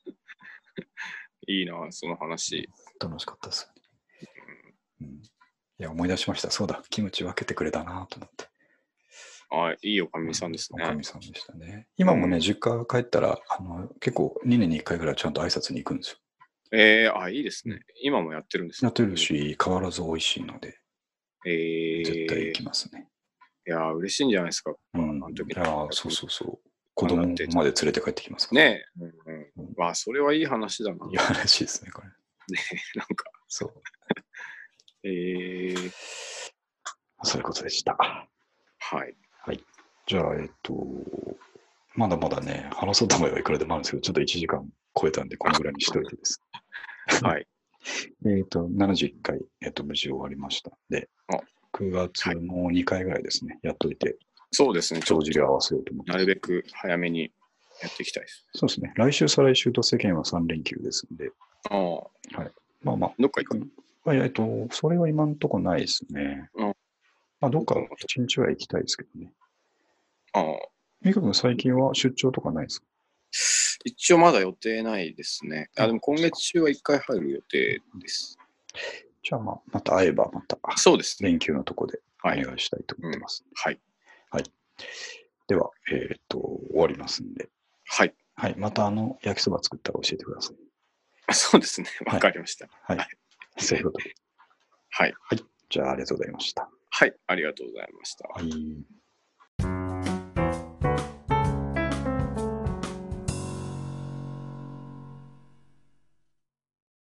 いいな、その話。楽しかったですよね。うん。いや、思い出しました。そうだ。キムチ分けてくれたなと思って。あいいおかみさんですおかね。みさんでしたね。今もうね、ん実家帰ったら、あの結構2年に1回ぐらいちゃんと挨拶に行くんですよ。えー、あいいですね。今もやってるんですねやってる。し、変わらず美味しいので、えー、絶対行いきますね。やー、嬉しいんじゃないですか。うん。あの時いやーそうそうそう。あ子だ供っまでて連れて帰ってきますから。ねえ。うんうん。わあ、それはいい話だな。いい話ですね、これ。なんか、そう。えー、そういうことでした。はい。じゃあ、えっと、まだまだね、話そうと思えばいくらでもあるんですけど、ちょっと1時間超えたんで、このぐらいにしておいてです。はい。えっと、71回、えっと、無事終わりました。であ、 9月の2回ぐらいですね、やっといて、そうですね。ちょっ帳と尻を合わせようと思ってなるべく早めにやっていきたいです。そうですね。来週、再来週と世間は3連休ですんで、ああ、まあまあ、どっか行くまあえっと、それは今んとこないですね。うんまあ、どっか一日は行きたいですけどね。ああ、ミカ君、最近は出張とかないですか一応まだ予定ないですね。あ、でも今月中は一回入る予定です。じゃあ、まあ、また会えば、また、そうですね。連休のとこでおは願い。いしたいと思ってます。はい。では、えっと、終わりますんで。はい。 はい。また、あの、焼きそば作ったら教えてください。そうですね。はいわかりました。はい。そういうことで。はい。じゃあ、ありがとうございました。はい。ありがとうございました。はい。